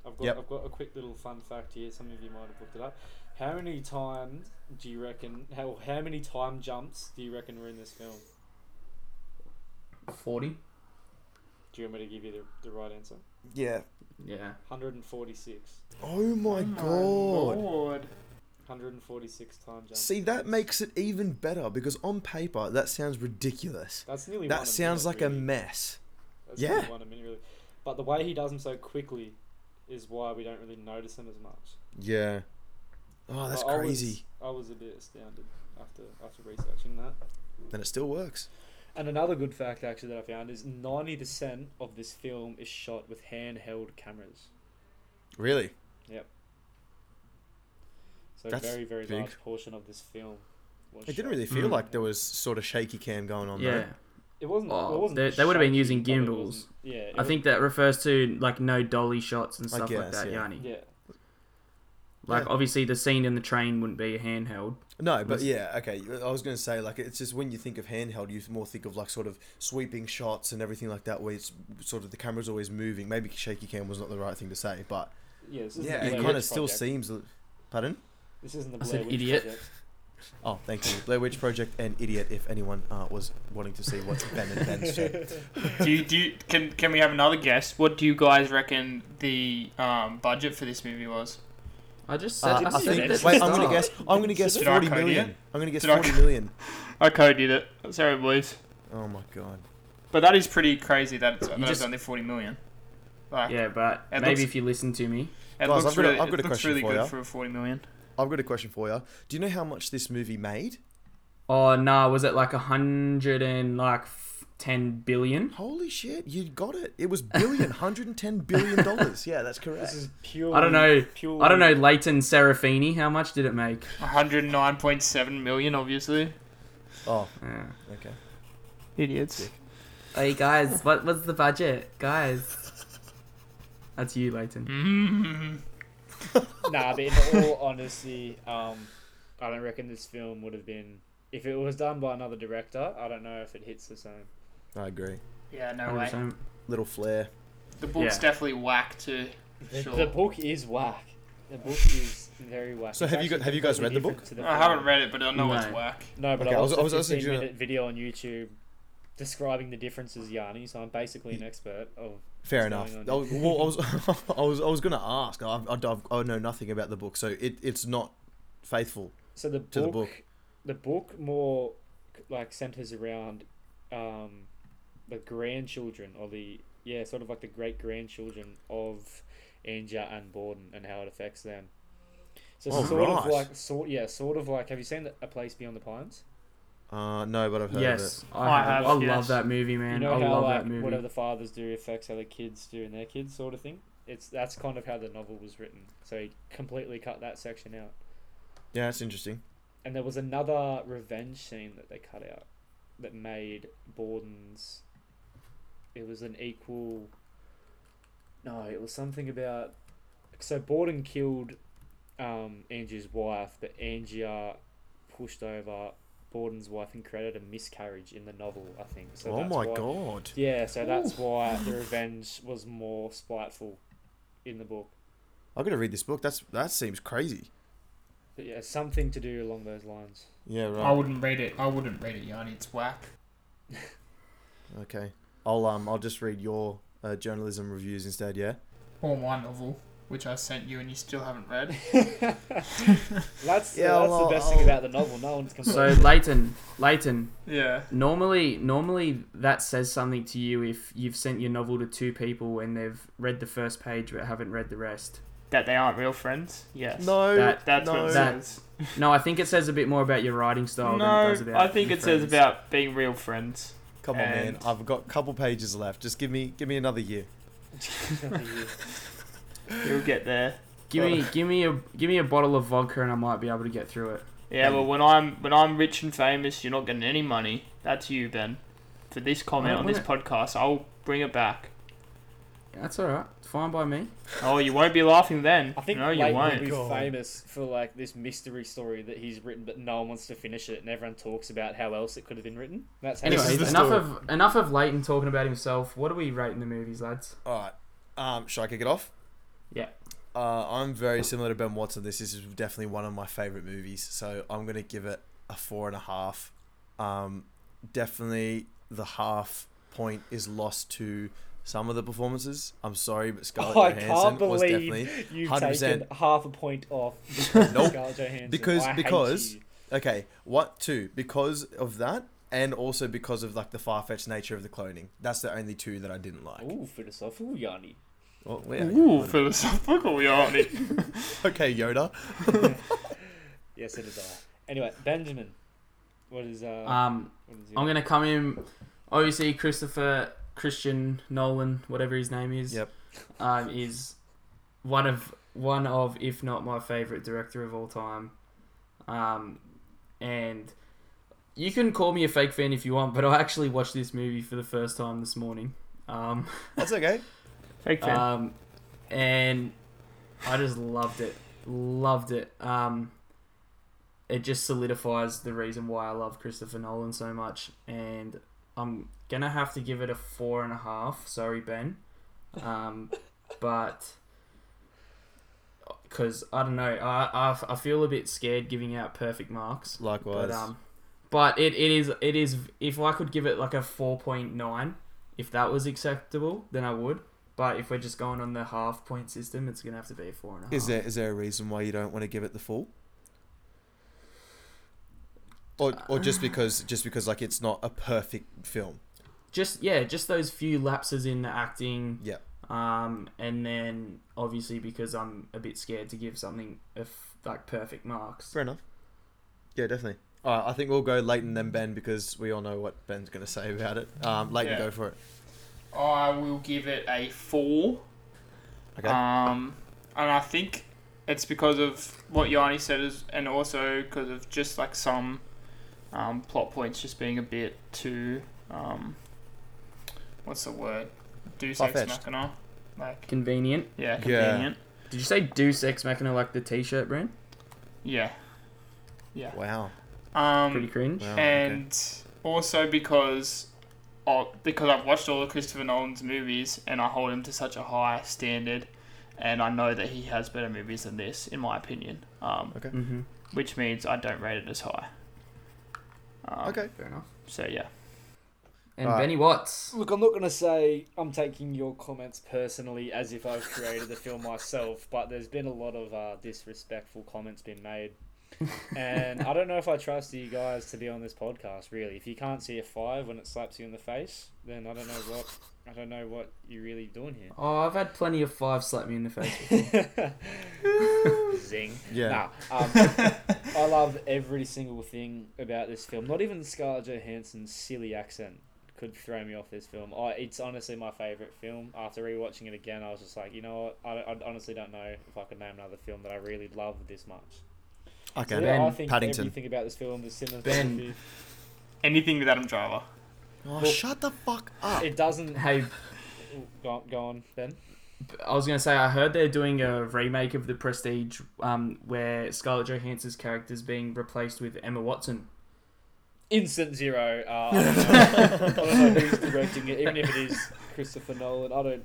I've got,
Yep.
I've got a quick little fun fact here. Some of you might have looked it up. How many times do you reckon? How how many time jumps do you reckon were in this film?
Forty.
Do you want me to give you the, the right answer?
Yeah.
Yeah.
146.
Oh my god.
Lord.
146 time jumps.
See that makes it even better because on paper that sounds ridiculous.
That's nearly. one
That
a
sounds
minute,
like a
really.
mess.
That's
yeah.
nearly One a minute, really. But the way he does them so quickly is why we don't really notice them as much.
Yeah. Oh, that's
But I was-
crazy.
I was a bit astounded after after researching that.
Then it still works.
And another good fact actually that I found is ninety percent of this film is shot with handheld cameras.
Really?
So
That's
very, very
big.
large portion of this film. Was
It didn't
shot.
really feel
Mm.
like there was sort of shaky cam going on.
yeah.
though.
It wasn't.
Oh,
it wasn't
they- they would've been
shaky,
using
but it wasn't-
gimbals.
Yeah. it
I
was-
think that refers to like no dolly shots and
I
stuff like
guess,
that,
yeah.
Yanni.
Yeah.
Like
Yeah.
obviously the scene in the train wouldn't be a handheld.
No, but
Was-
yeah, okay. I was going to say like it's just when you think of handheld, you more think of like sort of sweeping shots and everything like that, where it's sort of the camera's always moving. Maybe shaky cam was not the right thing to say, but
Yeah. This isn't
yeah,
the
it
Blair
kind of
Witch
still
Project.
seems. l- Pardon?
This isn't the
I
Blair
said
Witch
idiot.
Project.
Oh, thank you. Blair Witch Project and Idiot. If anyone uh, was wanting to see what Ben and Ben
*laughs*
said, Uh,
do you, do you, can can we have another guess? What do you guys reckon the um, budget for this movie was?
I just
Uh,
said
I
this.
think.
at the
Wait, I'm going to
start.
guess. I'm going to guess
Did I
forty
code it?
million. I'm going to guess
Did I
forty
co-
million.
I co-did it. Sorry, boys.
Oh my god.
But that is pretty crazy that it's,
You
that it's
just-
only forty million. Like,
Yeah, but
It
maybe
looks-
if you listen to me.
it
Guys,
looks
I've got a-
really,
I've got a
it looks
question
really
for
good
ya.
for a forty million.
I've got a question for you. Do you know how much this movie made?
Oh nah, was it like a hundred and like f- ten billion?
Holy shit, you got it. It was
*laughs*
billion, hundred and ten billion dollars. Yeah, that's correct.
This is pure.
I don't know.
Pure.
I don't know, Leighton Serafini, how much did it make?
One hundred nine point seven million, obviously.
oh,
Yeah.
okay.
Idiots.
Hey guys, what what's the budget, guys? That's you, Leighton.
Mm.
Nah, but in all *laughs* honesty, um, I don't reckon this film would have been. If it was done by another director, I don't know if it hits the same.
I agree.
Yeah, no way.
100%.
Little flair.
The book's
Yeah.
definitely whack too.
The,
Sure.
the book is whack. The book is very whack.
So
It's
have you got-
actually
have you guys read the
completely
book?
different to the
I haven't
film.
read it, but I know it's
No.
whack.
No, but
Okay,
I
I was-
watched
I was- I
a
was
15
thinking-
minute video on YouTube describing the differences, Yanni. So I'm basically an expert of.
Fair
What's
enough.
going
I
on
was, well, I was, I was, *laughs* I was gonna ask. I, I, I know nothing about the book, so it, it's not faithful.
So the
To the
book, the book more like centers around um, the grandchildren or the yeah, sort of like the great grandchildren of Anja and Borden and how it affects them. So
Oh,
sort of
right.
like sort yeah, sort of like have you seen the, a place beyond the pines?
Uh, no, but I've heard of
Yes, I,
I
have.
have,
I love
yes.
that movie, man.
you know
I
how
love
like
that movie.
whatever the fathers do affects how the kids do and their kids sort of thing. It's that's kind of how the novel was written. So he completely cut that section out.
it. Yeah, that's interesting.
And there was another revenge scene that they cut out that made Borden's. It was an equal. No, it was something about. So Borden killed um, Angie's wife, but Angia pushed over Borden's wife and created a miscarriage in the novel, I think. So
oh
that's
my
why-
god.
yeah, so that's why the revenge was more spiteful in the book.
I've got to read this book. That's that seems crazy.
But yeah, something to do along those lines.
Yeah,
I
right.
wouldn't read it. I wouldn't read it, Yanni. It's whack.
Okay. I'll um, I'll just read your uh, journalism reviews instead. Yeah.
Or my novel, which I sent you and you still haven't *laughs* read.
*laughs* That's
Yeah,
that's
well, oh.
the best
I'll-
thing about the novel. No one's
*laughs*
so
complaining. *laughs*
Leighton, Leighton,
Yeah.
normally, normally that says something to you if you've sent your novel to two people and they've read the first page but haven't read the rest.
That they aren't real friends? Yes.
No.
That-
That's
no. oh,
what it
That-
says.
No, I think it says a bit more about your writing style than it
No,
does about.
I think
your
it says
friends.
about being real friends.
Come on, man.
And-
I've got a couple pages left. Just give me give me another year.
You'll get there.
Give
*laughs*
me, give me a, give me a bottle of vodka and I might be able to get through it.
Yeah, well, when I'm when I'm rich and famous, you're not getting any money. That's you, Ben. For this comment
Wait,
on this
wait.
podcast, I'll bring it back.
That's all right. It's fine by me.
Oh, you won't be laughing then.
I think
no,
no,
you
will
won't.
be
God.
famous for like this mystery story that he's written, but no one wants to finish it, and everyone talks about how else it could have been written. That's how
This is
*laughs*
Anyways,
the
enough
story.
of enough of Leighton talking about himself. What do we rate in the movies, lads?
All right. Um, should I kick it off?
Yeah.
Uh, I'm very similar to Ben Watson. This is definitely one of my favorite movies, so I'm gonna give it a four and a half. Um, definitely the half point is lost to some of the performances. I'm sorry, but Scarlett
Oh, *laughs* I
Johansson
can't
was
believe *laughs*
definitely
you've
100%.
taken half a point
*laughs*
off. because of
Nope.
Scarlett Johansson.
Because-
I hate
because-
you.
okay. What two? Because of that, and also because of like the far fetched nature of the cloning. That's the only two that I didn't like.
ooh, philosophical Yanni.
Oh, yeah.
Ooh, philosophical, Yanni.
*laughs* Okay, Yoda.
Yes, it is I. Anyway, Benjamin, what is uh?
Um,
what is
I'm gonna come in. Obviously, Christopher Christian Nolan, whatever his name is,
Yep.
um, is one of one of if not my favorite director of all time. Um, and you can call me a fake fan if you want, but I actually watched this movie for the first time this morning. Um,
That's okay.
Fake fan.
um, and I just loved it. Loved it. Um, it just solidifies the reason why I love Christopher Nolan so much, and I'm gonna have to give it a four and a half. Sorry, Ben, um, but because I don't know, I, I I feel a bit scared giving out perfect marks.
*laughs* Likewise.
But um, but it, it is it is if I could give it like a four point nine, if that was acceptable, then I would. But if we're just going on the half point system, it's gonna have to be a four and a half.
is there is there a reason why you don't want to give it the full? Or, or just because just because like it's not a perfect film.
just yeah, just those few lapses in the acting.
Yeah.
Um, and then obviously because I'm a bit scared to give something if like perfect marks.
Fair enough. Yeah, definitely. All right, I think we'll go Leighton then Ben because we all know what Ben's going to say about it. Um, Leighton,
Yeah.
go for it.
*laughs* I will give it a four.
Okay.
Um, and I think it's because of what Yanni said, is, and also because of just like some um, plot points just being a bit too, um, what's the word? Deus ex
Far-fetched.
machina. Like,
Convenient.
yeah,
Yeah.
convenient.
Did you say Deus Ex Machina like the T-shirt brand?
Yeah.
wow.
Um,
Pretty cringe.
wow.
and also because of, because I've watched all of Christopher Nolan's movies and I hold him to such a high standard, and I know that he has better movies than this, in my opinion. Um,
Okay.
Mm-hmm.
which means I don't rate it as high. Um,
Okay.
Fair enough.
So yeah,
And
Alright.
Benny Watts.
Look, I'm not going to say I'm taking your comments personally as if I've created the film myself, but there's been a lot of uh, disrespectful comments being made. And I don't know if I trust you guys to be on this podcast, really. If you can't see a five when it slaps you in the face, then I don't know what I don't know what you're really doing here.
Oh, I've had plenty of five slap me in the face. *laughs*
*laughs* Zing.
Yeah.
Nah, um, I love every single thing about this film. Not even Scarlett Johansson's silly accent could throw me off this film. I, it's honestly my favorite film. After rewatching it again, I was just like, you know what? I, I honestly don't know if I could name another film that I really love this much.
Okay.
So, yeah, I
Ben
think
Paddington.
everything about this film, the
Ben.
cinematography,
anything with Adam Driver.
Oh,
Well-
shut the fuck up.
it doesn't. oh,
hey,
Go on, go on, Ben.
I was gonna say I heard they're doing a remake of The Prestige, um, where Scarlett Johansson's character's being replaced with Emma Watson.
Instant zero. Uh, *laughs* I, don't know, I don't know who's directing it, even if it is Christopher Nolan. I don't.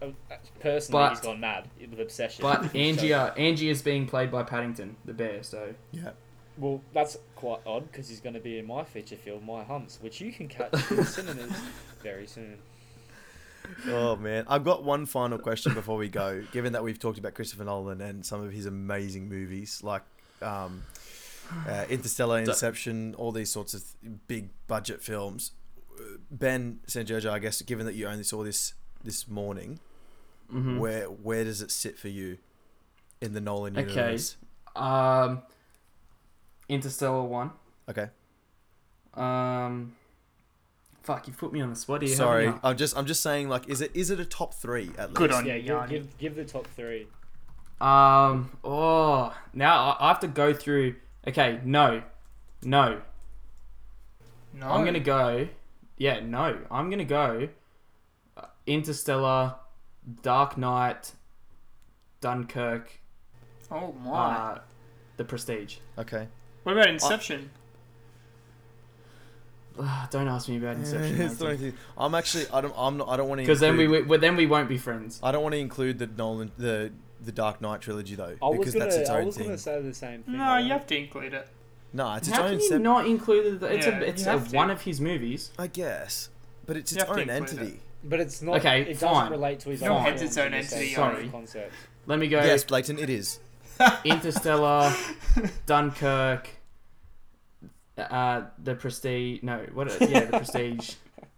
uh, Personally,
But-
he's gone mad with obsession.
But
*laughs* So-
Angie, uh, Angie is being played by Paddington the bear. So
Yeah.
Well, that's quite odd because he's going to be in my feature film, My Humps, which you can catch in
*laughs*
cinemas very soon.
Oh man, I've got one final question before we go. Given that we've talked about Christopher Nolan and some of his amazing movies like um, uh, Interstellar, Inception, all these sorts of th- big budget films, Uh, Ben San Giorgio, I guess, given that you only saw this this morning,
mhm.
where where does it sit for you in the Nolan
Okay.
universe?
um, Interstellar one.
Okay,
Um, fuck, you've put me on the spot here. haven't
sorry,
you?
I'm just I'm just saying like, is it is it a top three at least?
Good on
Yeah,
you,
give,
Yanni.
give, give the top three.
Um. Oh, now I, I have to go through. Okay, no, no.
No,
I'm gonna go. Yeah, no. I'm gonna go. uh, Interstellar, Dark Knight, Dunkirk,
Oh my!
uh, The Prestige.
Okay,
what about Inception?
Ugh, don't ask me about
*laughs* It's not
Inception.
anything- I'm actually I don't I'm not I don't want to
Because then we, we well, then we won't be friends.
Oh,
I don't want to include the Nolan the the Dark Knight trilogy though
I was
because
gonna,
that's its
I
own
was
thing.
gonna say the same thing.
no,
I
you
don't-
have to include it.
No, it's its
How
own.
can you
sep-
not include the, It's
Yeah,
a it's
you
a,
have to.
one of his movies.
I guess, but it's
You
its
have to
own
include
entity.
But it's not.
Okay,
it
fine.
doesn't relate to his
No,
own.
it's its
film
own
in the same
entity,
sort of
sorry.
Concept.
Let me go.
Yes, Blaketon, it is.
*laughs*
Interstellar, Dunkirk, uh, The Prestige. No, what? Yeah, The
*laughs*
Prestige.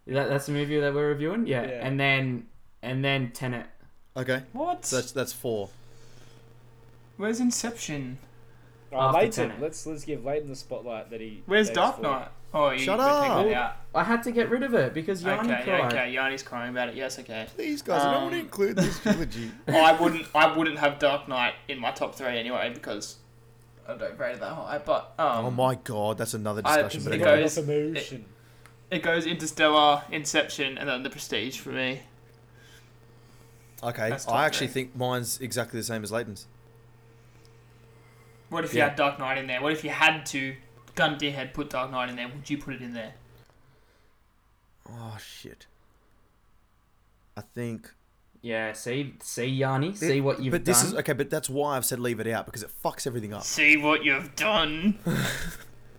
That, that's the movie that we're reviewing. Yeah.
Yeah.
and then and then Tenet.
Okay,
What?
so that's that's four.
Where's Inception?
All right,
After
Leighton,
Tenet.
let's let's give Leighton the spotlight that he.
Where's
deserves
Dark
for.
Knight? Oh, you,
Shut
we're taking it out.
I had to get rid of it because Yanni
Okay,
cried.
okay. Yanni's crying about it. Yes, okay.
Please, guys, I don't want to
Um,
include
*laughs*
this trilogy.
I wouldn't. I wouldn't have Dark Knight in my top three anyway because I don't rate it that high. But um,
oh my god, that's another
I-
discussion.
it
but
It
anyway.
goes-
goes, emotion.
it goes Interstellar, Inception, and then The Prestige for me.
okay,
That's top
I actually
three.
think mine's exactly the same as Leighton's.
What if you
Yeah.
had Dark Knight in there? What if you had to gun to your head put Dark Knight in there? Would you put it in there?
Oh shit. I think,
Yeah, see, see, Yanni, see what you've
but
done.
this is okay. But that's why I've said leave it out because it fucks everything up.
See what you've done.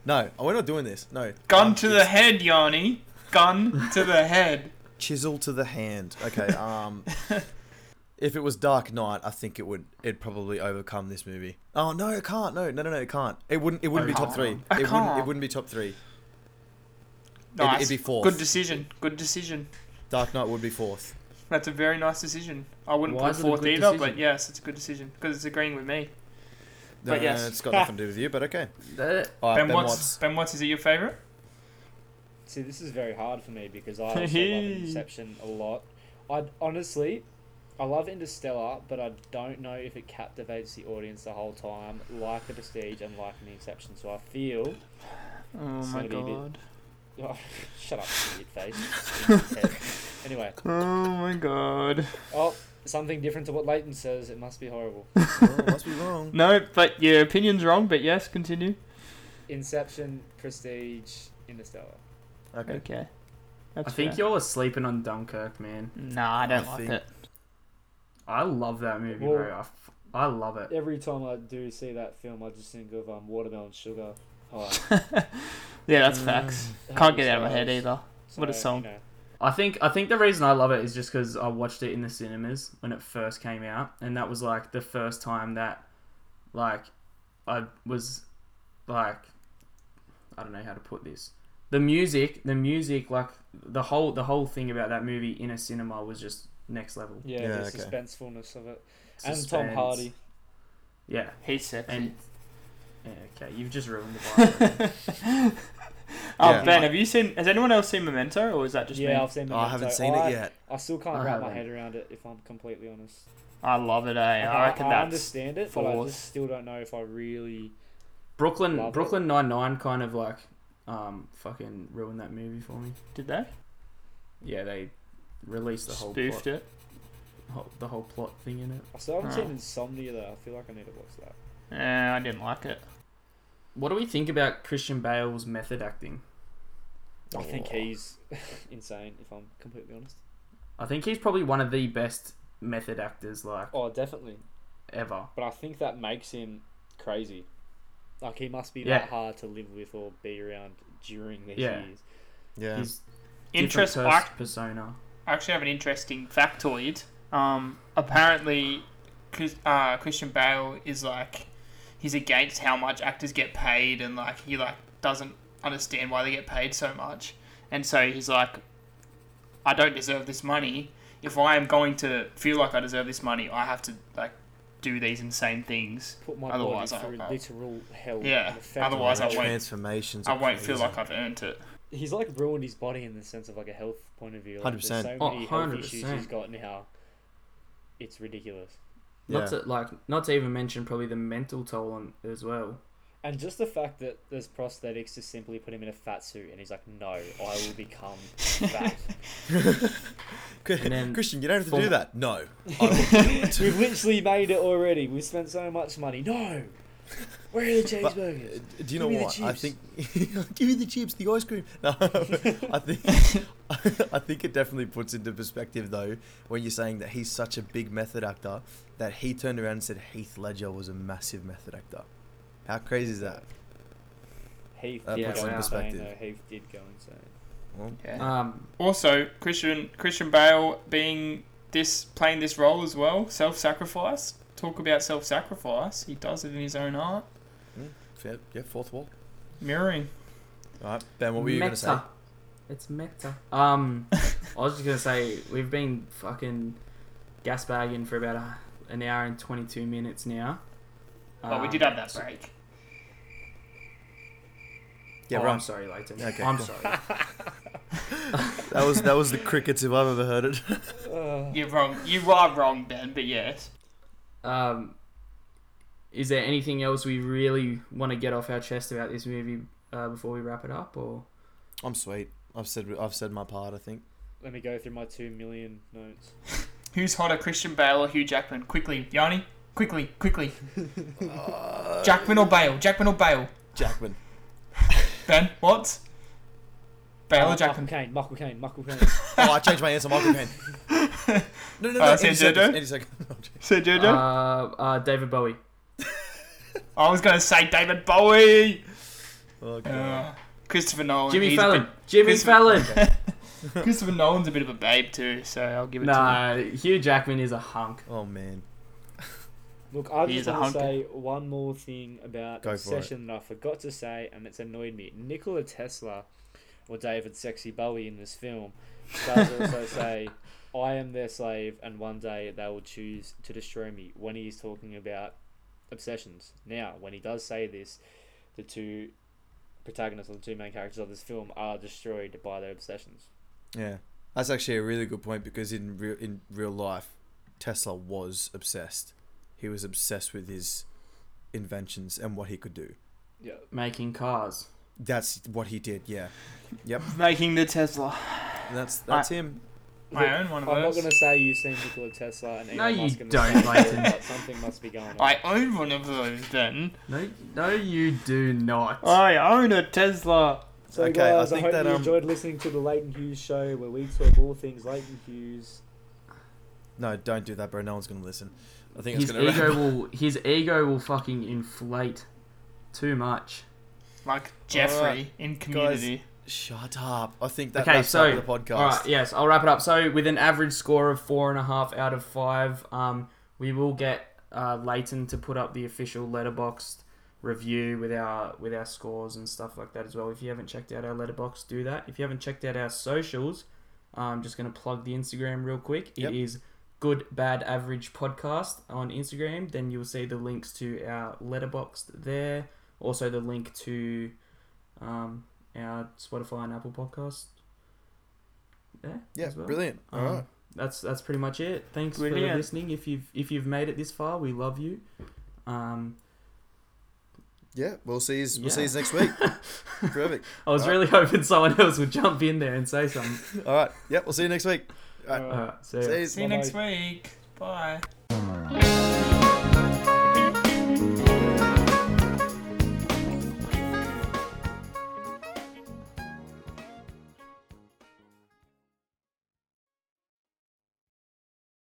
No, oh, we're not doing this. No,
Gun
Um,
to
it's
the head, Yanni. Gun to the head.
chisel to the hand. Okay. Um,
*laughs*
if it was Dark Knight, I think it would. It'd probably overcome this movie. Oh no, it can't. No, no, no, no, it can't. It wouldn't. It wouldn't be top three.
I
It wouldn't.
Oh, can't.
It wouldn't be top three. It'd-
Nice.
it'd be fourth.
Good decision. Good decision.
Dark Knight would be fourth.
That's a very nice decision. I wouldn't
Why
put
is it a
fourth either,
good
but
decision?
yes, it's a good decision because it's agreeing with me.
No,
But yes.
it's got nothing to do with you. But okay.
Uh,
All right,
ben, Watts, Ben Watts, is it your favourite?
See, this is very hard for me because I also
*laughs*
love Inception a lot. I honestly, I love Interstellar, but I don't know if it captivates the audience the whole time, like The Prestige and like The Inception. So I feel,
Oh
It's
my
gonna be a
god.
shut up, idiot
*laughs*
face. anyway,
Oh my god.
oh, something different to what Leighton says. It must be horrible.
Oh, must be
*laughs*
wrong.
No, but your opinion's wrong, but yes, continue.
Inception, Prestige, Interstellar.
Okay.
Okay.
I
That's
think
fair.
you're sleeping on Dunkirk, man.
Nah, I don't
I
like
think-
it.
I love that movie,
Well-
bro. I, f- I love it.
Every time I do see that film, I just think of um, Watermelon Sugar. Oh,
Yeah, that's facts. *laughs*
Mm.
Can't get it out of my head either. What a
So,
song.
no.
I think I think the reason I love it is just because I watched it in the cinemas when it first came out, and that was like the first time that, like, I was, like, I don't know how to put this. The music, the music, like the whole the whole thing about that movie in a cinema was just next level.
Yeah,
Yeah,
the
okay.
suspensefulness of it. And
Suspense.
Tom Hardy.
Yeah,
He's sexy.
and yeah, okay, you've just ruined the vibe.
oh,
Yeah.
Ben, have you seen? Has anyone else seen Memento, or is that just
yeah,
me?
I've seen
Oh, I haven't seen it yet.
I still can't
I
wrap my
haven't.
head around it, if I'm completely honest.
I love it. Eh?
Like,
I reckon
I
that's
understand it, but I
fourth.
just still don't know if I really.
Brooklyn
Love it.
Brooklyn Nine Nine kind of like um fucking ruined that movie for me.
did they
Yeah, they released the whole plot.
spoofed it.
whole, the whole plot thing in it.
I still haven't seen
Oh.
Insomnia though. I feel like I need to watch that.
Eh, I didn't like it.
What do we think about Christian Bale's method acting?
I think
Oh.
he's *laughs* insane, if I'm completely honest.
I think he's probably one of the best method actors like
Oh, definitely.
ever.
But I think that makes him crazy. Like he must be
Yeah.
that hard to live with or be around during these
Yeah.
years.
Yeah.
He's interest
Interest. I
persona.
I actually have an interesting factoid. Um, apparently, Chris, uh, Christian Bale is like he's against how much actors get paid, and like he like doesn't understand why they get paid so much, and so he's like, I don't deserve this money. If I am going to feel like I deserve this money, I have to like do these insane things.
Put my
Otherwise, I-
body through
I-
literal hell.
Yeah,
and affect
otherwise I
my-
won't-
Transformations.
I
are
won't feel
crazy.
like I've earned it.
he's like ruined his body in the sense of like a health point of view. Like, there's
100%.
so
Oh,
many health issues
100%.
he's got now. It's ridiculous.
Not
Yeah.
to like not to even mention probably the mental toll on as well.
And just the fact that there's prosthetics to simply put him in a fat suit and he's like, no, I will become fat.
And
*laughs*
then-
Christian, you don't have to
for-
do that. No.
We've literally made it already. We've spent so much money. No! Where are the
But,
cheeseburgers?
uh, do you know
Give me the
what? I
chips.
think *laughs* give me the chips, the ice cream. No, *laughs* I think I think *laughs* it definitely puts into perspective though when you're saying that he's such a big method actor that he turned around and said Heath Ledger was a massive method actor. How crazy is that?
Heath
That
did
puts
go
it in
insane,
perspective.
though. Heath did go insane.
Well,
Yeah.
Um,
Also, Christian Christian Bale being this playing this role as well, self sacrifice. Talk about self sacrifice. He does it in his own art,
fair, yeah, fourth wall.
mirroring.
All right, Ben, what were you going to say?
Meta. It's meta. Um, I was just gonna say we've been fucking gasbagging for about a, an hour and twenty two minutes now.
But we did
Um,
have that break.
Yeah,
oh,
right.
I'm sorry, Leighton.
Okay,
I'm
cool.
sorry.
That was that was the crickets if I've ever heard it. *laughs*
You're wrong. You are wrong, Ben. But yes.
Um, is there anything else we really want to get off our chest about this movie uh, before we wrap it up, or
I'm sweet. I've said I've said my part. I think.
Let me go through my two million notes.
Who's hotter, Christian Bale or Hugh Jackman? Quickly, Yanni. Quickly, quickly.
Uh,
Jackman or Bale? Jackman or Bale?
Jackman.
Ben, what? Bale
Uh,
or
Michael
Jackman?
Caine, Michael Caine, Michael Caine.
Oh, I changed my answer. Michael Caine. No, *laughs* no, no.
Uh,
any
Sanjay
second.
Deo?
Any second.
Sir
uh, uh, David Bowie?
I was gonna say David Bowie.
Oh, God.
Uh, Christopher Nolan.
Jimmy
he's a
Fallon.
bit-
Jimmy
Chris-
Fallon.
Christopher Nolan's a bit of a babe too, so I'll *laughs* give it to him.
nah, Hugh Jackman is a hunk.
oh man.
Look, I
He
just
is a
want to say
hunk.
one more thing about
Go for
obsession that I forgot to say, and it's annoyed me. Nikola Tesla, or David Sexy Bowie in this film, does also say, "I am their slave, and one day they will choose to destroy me." When he is talking about obsessions, now when he does say this, the two protagonists or the two main characters of this film are destroyed by their obsessions.
Yeah, that's actually a really good point because in real in real life, Tesla was obsessed. He was obsessed with his inventions and what he could do.
Yeah,
Making cars.
That's what he did. Yeah, yep.
Making the Tesla.
That's that's him.
I own one of
I'm not
those.
gonna say you've seen Nikola Tesla and Elon
No, you
Musk in the
don't,
same
Leighton.
film, but something must be going on.
I own one of those, Ben.
No, no, you do not.
I own a Tesla.
So
Okay, I
guys, I,
think
hope
that,
you
um,
enjoyed listening to the Leighton Hughes show where we talk all things Leighton Hughes.
No, don't do that, bro. No one's gonna listen. I think it's
His
gonna.
ego
Wrap.
will. His ego will fucking inflate too much.
Like Jeffrey in Community.
*laughs* Shut up. I think that
okay,
wraps
so
up the podcast.
All right, yes, I'll wrap it up. So with an average score of four and a half out of five, um, we will get uh, Leighton to put up the official letterboxed review with our with our scores and stuff like that as well. If you haven't checked out our letterbox, do that. If you haven't checked out our socials, I'm just gonna plug the Instagram real quick.
Yep.
It is Good Bad Average Podcast on Instagram. Then you'll see the links to our letterboxed there. Also the link to um, our Spotify and Apple podcast. There
Yeah,
as well.
brilliant. All
Um,
right.
That's that's pretty much it. Thanks for
Brilliant.
listening. If you've if you've made it this far, we love you. Um,
Yeah, we'll see you. We'll see
yeah.
you next
*laughs*
week. Perfect.
I was
Alright.
really *laughs* hoping someone else would jump in there and say something.
All right. Yep. We'll see you next week. All right.
Uh,
Alright, see ya.
See you.
See you next week. Bye.
Bye.